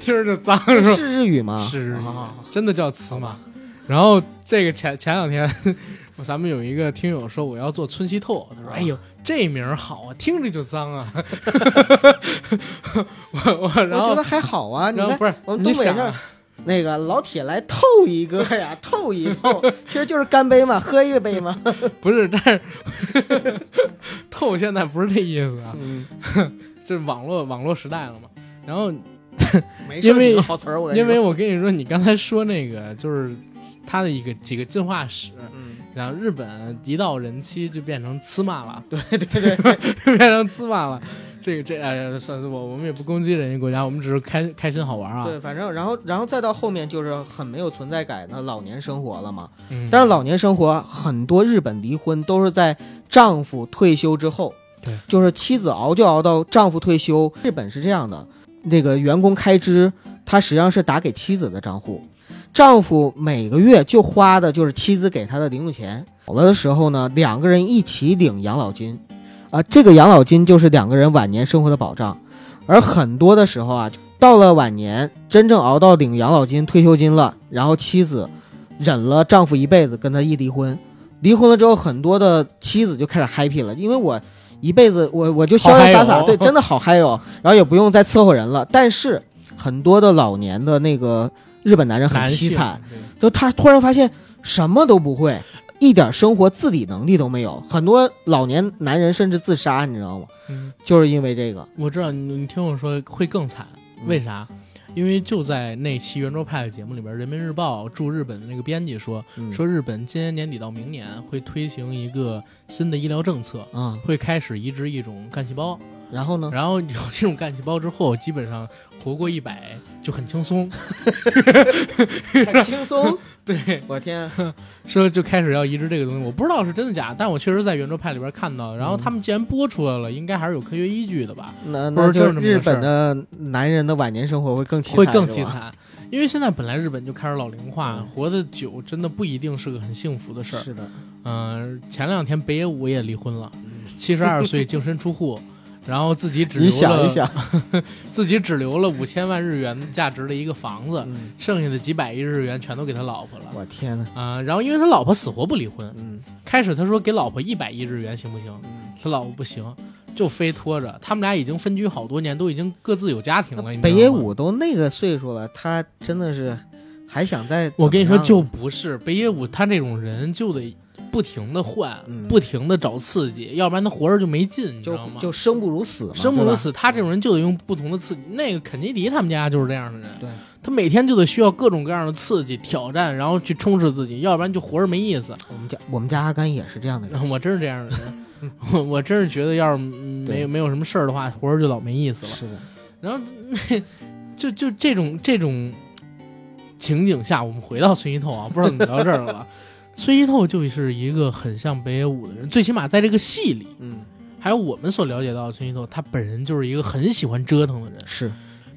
Speaker 1: 听着就脏，
Speaker 2: 这
Speaker 1: 是吧？
Speaker 2: 是日语吗？
Speaker 1: 是
Speaker 2: 啊，
Speaker 1: 真的叫呲嘛。然后这个前前两天， 咱们有一个听友说我要做村西透，他说：“
Speaker 2: 啊
Speaker 1: 哎呦，这名儿好啊，听着就脏啊。 我”我
Speaker 2: 我
Speaker 1: 然
Speaker 2: 觉得
Speaker 1: 后
Speaker 2: 还好啊。你
Speaker 1: 然后
Speaker 2: 看
Speaker 1: 不是
Speaker 2: 我们
Speaker 1: 你
Speaker 2: 东北
Speaker 1: 想
Speaker 2: 这
Speaker 1: 啊
Speaker 2: 儿那个老铁来透一个呀， 透一透，其实就是干杯嘛，喝一杯嘛。
Speaker 1: 不是，但是 透现在不是这意思啊，
Speaker 2: 嗯，
Speaker 1: 这网络网络时代了嘛。然后
Speaker 2: 没
Speaker 1: 因为
Speaker 2: 几个好词儿，我跟你
Speaker 1: 因为
Speaker 2: 说
Speaker 1: 我跟你说，你刚才说那个就是他的一个几个进化史，
Speaker 2: 嗯，
Speaker 1: 然后日本一到人妻就变成呲嘛了，
Speaker 2: 对对对，
Speaker 1: 变成呲嘛了。这个这哎呀，算是我我们也不攻击人家国家，我们只是开开心好玩啊。
Speaker 2: 对，反正然后然后再到后面就是很没有存在感的老年生活了嘛。
Speaker 1: 嗯，
Speaker 2: 但是老年生活很多日本离婚都是在丈夫退休之后，
Speaker 1: 对，
Speaker 2: 就是妻子熬就熬到丈夫退休。日本是这样的，那个员工开支，他实际上是打给妻子的账户，丈夫每个月就花的就是妻子给他的零用钱。走了的时候呢，两个人一起领养老金，啊、这个养老金就是两个人晚年生活的保障。而很多的时候啊，到了晚年，真正熬到领养老金、退休金了，然后妻子忍了丈夫一辈子，跟他一离婚，离婚了之后，很多的妻子就开始 happy 了，因为我一辈子我我就潇潇洒
Speaker 1: 好嗨哦
Speaker 2: 洒，
Speaker 1: 哟
Speaker 2: 对，真的好嗨哟、然后也不用再伺候人了。但是很多的老年的那个日本男人很
Speaker 1: 男性
Speaker 2: 凄惨，，就他突然发现什么都不会，一点生活自理能力都没有，很多老年男人甚至自杀，你知道吗？
Speaker 1: 嗯，
Speaker 2: 就是因为这个，
Speaker 1: 我知道你你听我说会更惨，
Speaker 2: 嗯
Speaker 1: 为啥？因为就在那期圆桌派的节目里边，《人民日报》驻日本的那个编辑说，
Speaker 2: 嗯
Speaker 1: 说日本今年年底到明年会推行一个新的医疗政策，
Speaker 2: 啊、
Speaker 1: 会开始移植一种干细胞，
Speaker 2: 然后 呢？
Speaker 1: 然后有这种干细胞之后，基本上活过一百就很轻松。
Speaker 2: 很轻松，
Speaker 1: 对，
Speaker 2: 我天，
Speaker 1: 说就开始要移植这个东西，我不知道是真的假，但我确实在圆桌派里边看到。然
Speaker 2: 嗯
Speaker 1: 后他们既然播出来了，应该还是有科学依据的吧？
Speaker 2: 那
Speaker 1: 不是
Speaker 2: 那
Speaker 1: 就
Speaker 2: 就是
Speaker 1: 这么个
Speaker 2: 日本的男人的晚年生活会更凄惨，
Speaker 1: 会更凄
Speaker 2: 是吧。
Speaker 1: 惨，因为现在本来日本就开始老龄化，
Speaker 2: 嗯
Speaker 1: 活得久真的不一定是个很幸福的事儿。
Speaker 2: 是的，
Speaker 1: 嗯、前两天北野武也离婚了，七十二岁净身出 户，然后自嗯己只
Speaker 2: 你
Speaker 1: 留
Speaker 2: 想
Speaker 1: 了
Speaker 2: 一想，
Speaker 1: 自己只留了五千万日元价值的一个房子，剩下的几百亿日元全都给他老婆了。
Speaker 2: 我天呐，
Speaker 1: 啊、然后因为他老婆死活不离婚，
Speaker 2: 嗯，
Speaker 1: 开始他说给老婆一百亿日元行不行？他老婆不行，就非拖着。他们俩已经分居好多年，都已经各自有家庭了。你知道
Speaker 2: 北
Speaker 1: 吗
Speaker 2: 野，武都那个岁数了，他真的是还想再，
Speaker 1: 我跟你说就，不是北野武，他这种人就得不停的换，
Speaker 2: 嗯
Speaker 1: 不停的找刺激，要不然他活着就没劲，你知
Speaker 2: 就
Speaker 1: 道吗？
Speaker 2: 就生不如死嘛，
Speaker 1: 生不如
Speaker 2: 对吧，
Speaker 1: 死，他这种人就得用不同的刺激。那个肯尼迪他们家就是这样的人，
Speaker 2: 对，
Speaker 1: 他每天就得需要各种各样的刺激、挑战，然后去充实自己，要不然就活着没意思。
Speaker 2: 我们家我们家阿甘也是这样的人，
Speaker 1: 我真是这样的人，我我真是觉得要是嗯没
Speaker 2: 对
Speaker 1: 有没有什么事儿的话，活着就老没意思了。
Speaker 2: 是的，
Speaker 1: 然后就就这种这种情景下，我们回到崔一透啊，不知道怎么聊到这儿 了吧？崔一透就是一个很像北野武的人，最起码在这个戏里，
Speaker 2: 嗯，
Speaker 1: 还有我们所了解到的崔一透，他本人就是一个很喜欢折腾的人。
Speaker 2: 是，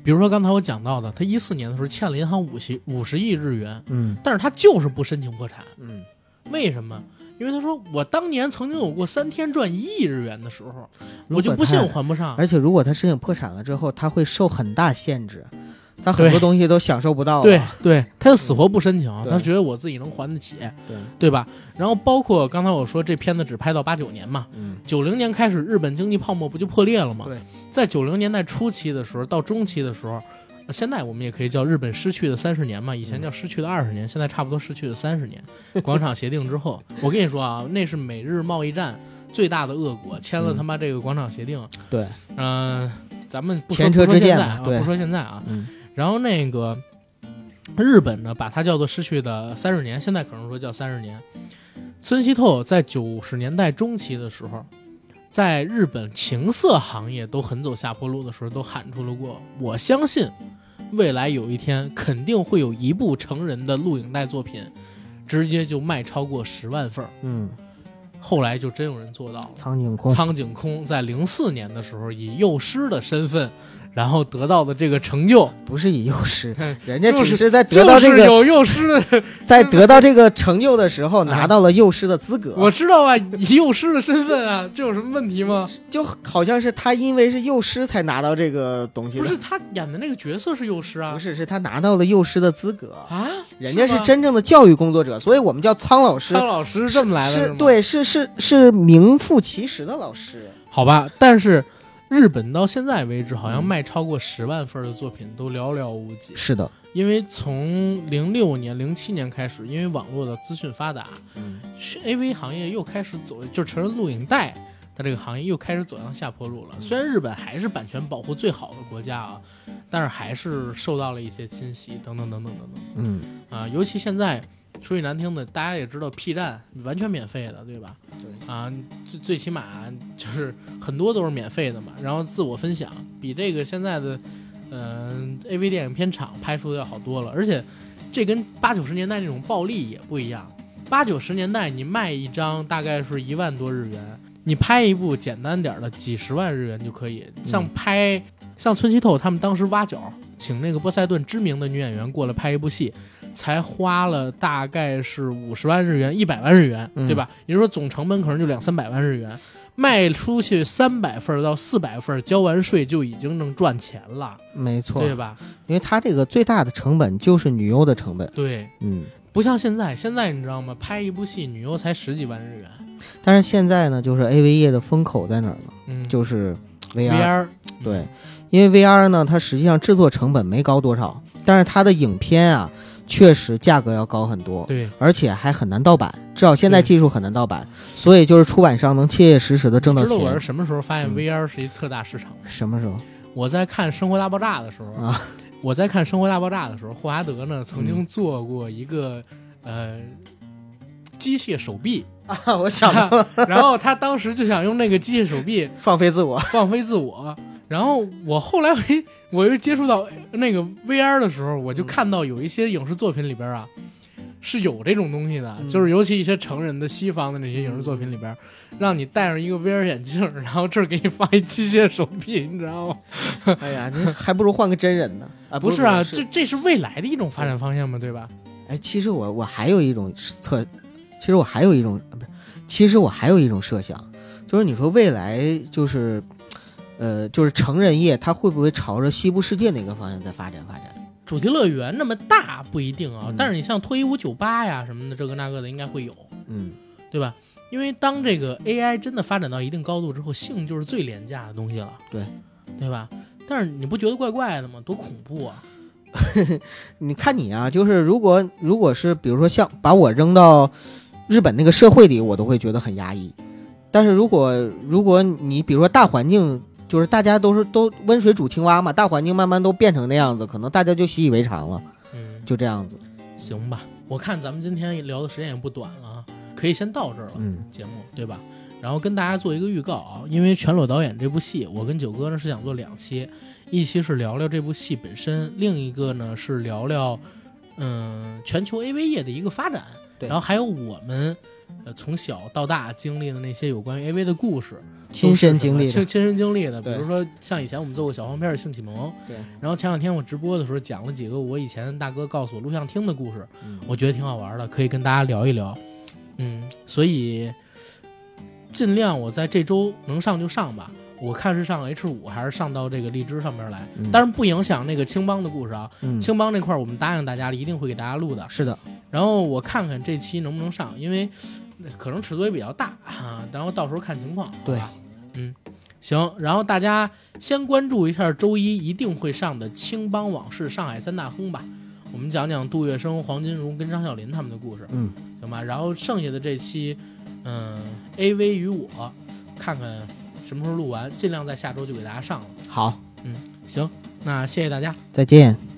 Speaker 1: 比如说刚才我讲到的，他一四年的时候欠了银行五十五十亿日元，
Speaker 2: 嗯
Speaker 1: 但是他就是不申请破产，
Speaker 2: 嗯，
Speaker 1: 为什么？因为他说我当年曾经有过三天赚一亿日元的时候，我就不信我
Speaker 2: 信。
Speaker 1: 还不上。
Speaker 2: 而且如果他申请破产了之后，他会受很大限制，他很多
Speaker 1: 对
Speaker 2: 东西都享受不到了，嗯
Speaker 1: 对对，他就死活不申请，
Speaker 2: 对
Speaker 1: 他觉得我自己能还得起，
Speaker 2: 对，
Speaker 1: 对吧？然后包括刚才我说这片子只拍到八九年嘛，
Speaker 2: 嗯，
Speaker 1: 九零年开始日本经济泡沫不就破裂了吗？
Speaker 2: 对，
Speaker 1: 在九零年代初期的时候到中期的时候，呃现在我们也可以叫日本失去的三十年嘛，以
Speaker 2: 嗯
Speaker 1: 前叫失去的二十年，现在差不多失去的三十年。广场协定之后，我跟你说啊，那是美日贸易战最大的恶果，签了
Speaker 2: 嗯
Speaker 1: 他妈这个广场协定，
Speaker 2: 对，
Speaker 1: 嗯、咱们不说
Speaker 2: 前车
Speaker 1: 不说
Speaker 2: 之鉴
Speaker 1: 现在
Speaker 2: 嘛
Speaker 1: 啊，
Speaker 2: 对
Speaker 1: 不说现在啊，
Speaker 2: 嗯
Speaker 1: 然后那个日本呢，把它叫做失去的三十年，现在可能说叫三十年。村西透在九十年代中期的时候，在日本情色行业都很走下坡路的时候，都喊出了过，我相信未来有一天肯定会有一部成人的录影带作品，直接就卖超过十万份儿。
Speaker 2: 嗯，
Speaker 1: 后来就真有人做到了。
Speaker 2: 苍井空，
Speaker 1: 苍井空在零四年的时候以幼师的身份，然后得到的这个成就，
Speaker 2: 不是以幼师
Speaker 1: 嗯，
Speaker 2: 人家
Speaker 1: 就
Speaker 2: 只
Speaker 1: 是
Speaker 2: 是在得
Speaker 1: 就
Speaker 2: 到这
Speaker 1: 是
Speaker 2: 个
Speaker 1: 有幼师的，
Speaker 2: 在得到这个成就的时候，
Speaker 1: 哎
Speaker 2: 拿到了幼师的资格
Speaker 1: 我，知道啊，以幼师的身份啊，这有什么问题吗？
Speaker 2: 就好像是他因为是幼师才拿到这个东西的，
Speaker 1: 不是他演的那个角色是幼师啊
Speaker 2: 不是，是他拿到了幼师的资格，
Speaker 1: 啊，
Speaker 2: 人家是
Speaker 1: 吗
Speaker 2: 真正的教育工作者，所以我们叫苍老师
Speaker 1: 苍，老师这么来的
Speaker 2: 是
Speaker 1: 吗，
Speaker 2: 对，是是是名副其实的老师，
Speaker 1: 好吧，但是。日本到现在为止，好像
Speaker 2: 嗯
Speaker 1: 卖超过十万份的作品都寥寥无几，
Speaker 2: 是的，
Speaker 1: 因为从零六年、零七年开始，因为网络的资讯发达，
Speaker 2: 嗯，
Speaker 1: 是 AV 行业又开始走，就成人录影带，它这个行业又开始走向下坡路了。虽然日本还是版权保护最好的国家啊，但是还是受到了一些侵袭，等等等等等等
Speaker 2: 嗯
Speaker 1: 啊。尤其现在说句难听的，大家也知道，P 站完全免费的，对吧？
Speaker 2: 对
Speaker 1: 啊，最最起码就是很多都是免费的嘛。然后自我分享比这个现在的嗯、A V 电影片场拍出的要好多了，而且这跟八九十年代那种暴利也不一样。八九十年代你卖一张大概是一万多日元，你拍一部简单点儿的几十万日元就可以。像
Speaker 2: 嗯
Speaker 1: 拍、像村西透他们当时挖角，请那个波塞顿知名的女演员过来拍一部戏，才花了大概是五十万日元、一百万日元，
Speaker 2: 嗯
Speaker 1: 对吧？也就是说总成本可能就两三百万日元，卖出去三百份儿到四百份儿，交完税就已经能赚钱了，
Speaker 2: 没错，
Speaker 1: 对吧？
Speaker 2: 因为它这个最大的成本就是女优的成本，
Speaker 1: 对，
Speaker 2: 嗯。
Speaker 1: 不像现在，现在你知道吗？拍一部戏女优才十几万日元，
Speaker 2: 但是现在呢，就是 A V 业的风口在哪儿呢？
Speaker 1: 嗯，
Speaker 2: 就是 VR，,
Speaker 1: VR，
Speaker 2: 对，因为 VR 呢，它实际上制作成本没高多少，但是它的影片啊，确实价格要高很多，
Speaker 1: 对
Speaker 2: 而且还很难盗版，至少现在
Speaker 1: 对
Speaker 2: 技术很难盗版，所以就是出版商能切切实实的挣到
Speaker 1: 知道我是
Speaker 2: 钱。
Speaker 1: 什么时候发现
Speaker 2: 嗯
Speaker 1: VR 是一特大市场吗？
Speaker 2: 什么时候
Speaker 1: 我在看《生活大爆炸》的时候，
Speaker 2: 啊 嗯
Speaker 1: 我在看《生活大爆炸》的时候，霍华德呢曾经做过一个、呃机械手臂，
Speaker 2: 啊？我想到了
Speaker 1: 然后他当时就想用那个机械手 臂
Speaker 2: 放飞自我，
Speaker 1: 放飞自我。然后我后来我一 我又接触到那个 VR 的时候，我就看到有一些影视作品里边啊是有这种东西的，
Speaker 2: 嗯
Speaker 1: 就是尤其一些成人的西方的那些影视作品里边，让你戴上一个 VR 眼镜，然后这儿给你放一机械手臂，你知道吗？
Speaker 2: 哎呀，你还不如换个真人呢啊！
Speaker 1: 不
Speaker 2: 是
Speaker 1: 是啊，这这是未来的一种发展方向嘛，对吧？
Speaker 2: 哎，其实我我还有一种测，其实我还有一种啊不是，其实我还有一种设想，就是你说未来就是，呃，就是成人业它会不会朝着西部世界那个方向在发展发展？
Speaker 1: 主题乐园那么大不一定啊，
Speaker 2: 嗯
Speaker 1: 但是你像脱衣舞酒吧呀什么的，这个那个的应该会有，
Speaker 2: 嗯，
Speaker 1: 对吧？因为当这个 AI 真的发展到一定高度之后，性就是最廉价的东西了，
Speaker 2: 对
Speaker 1: 对吧？但是你不觉得怪怪的吗？多恐怖啊！
Speaker 2: 你看你啊，就是如果如果是比如说像把我扔到日本那个社会里，我都会觉得很压抑。但是如果如果你比如说大环境，就是大家都是都温水煮青蛙嘛，大环境慢慢都变成那样子，可能大家就习以为常了，
Speaker 1: 嗯，
Speaker 2: 就这样子。
Speaker 1: 行吧，我看咱们今天聊的时间也不短了啊，可以先到这儿了。
Speaker 2: 嗯
Speaker 1: 节目，对吧？然后跟大家做一个预告啊，因为全裸导演这部戏，我跟九哥呢是想做两期，一期是聊聊这部戏本身，另一个呢是聊聊嗯全球 AV 业的一个发展，
Speaker 2: 对
Speaker 1: 然后还有我们呃从小到大经历的那些有关于 AV 的故事，
Speaker 2: 亲身经历
Speaker 1: 都是
Speaker 2: 的
Speaker 1: 什么亲亲身经历的，比
Speaker 2: 对
Speaker 1: 如说像以前我们做过小黄片儿《性启蒙》，
Speaker 2: 对
Speaker 1: 然后前两天我直播的时候讲了几个我以前大哥告诉我录像厅的故事，
Speaker 2: 嗯
Speaker 1: 我觉得挺好玩的，可以跟大家聊一聊。嗯，所以尽量我在这周能上就上吧。我看是上 H 五还是上到这个荔枝上面来，
Speaker 2: 嗯
Speaker 1: 当然不影响那个青帮的故事啊。
Speaker 2: 嗯，
Speaker 1: 青帮那块儿我们答应大家了，一定会给大家录的。
Speaker 2: 是的，
Speaker 1: 然后我看看这期能不能上，因为呃可能尺度也比较大啊，然后到时候看情况，好
Speaker 2: 对
Speaker 1: 吧？嗯，行，然后大家先关注一下周一一定会上的《青帮往事上海三大亨》吧，我们讲讲杜月笙、黄金荣跟张小林他们的故事，
Speaker 2: 嗯，
Speaker 1: 行吧？然后剩下的这期，嗯，A V 与我，看看什么时候录完，尽量在下周就给大家上了。
Speaker 2: 好，
Speaker 1: 行，那谢谢大家。
Speaker 2: 再见。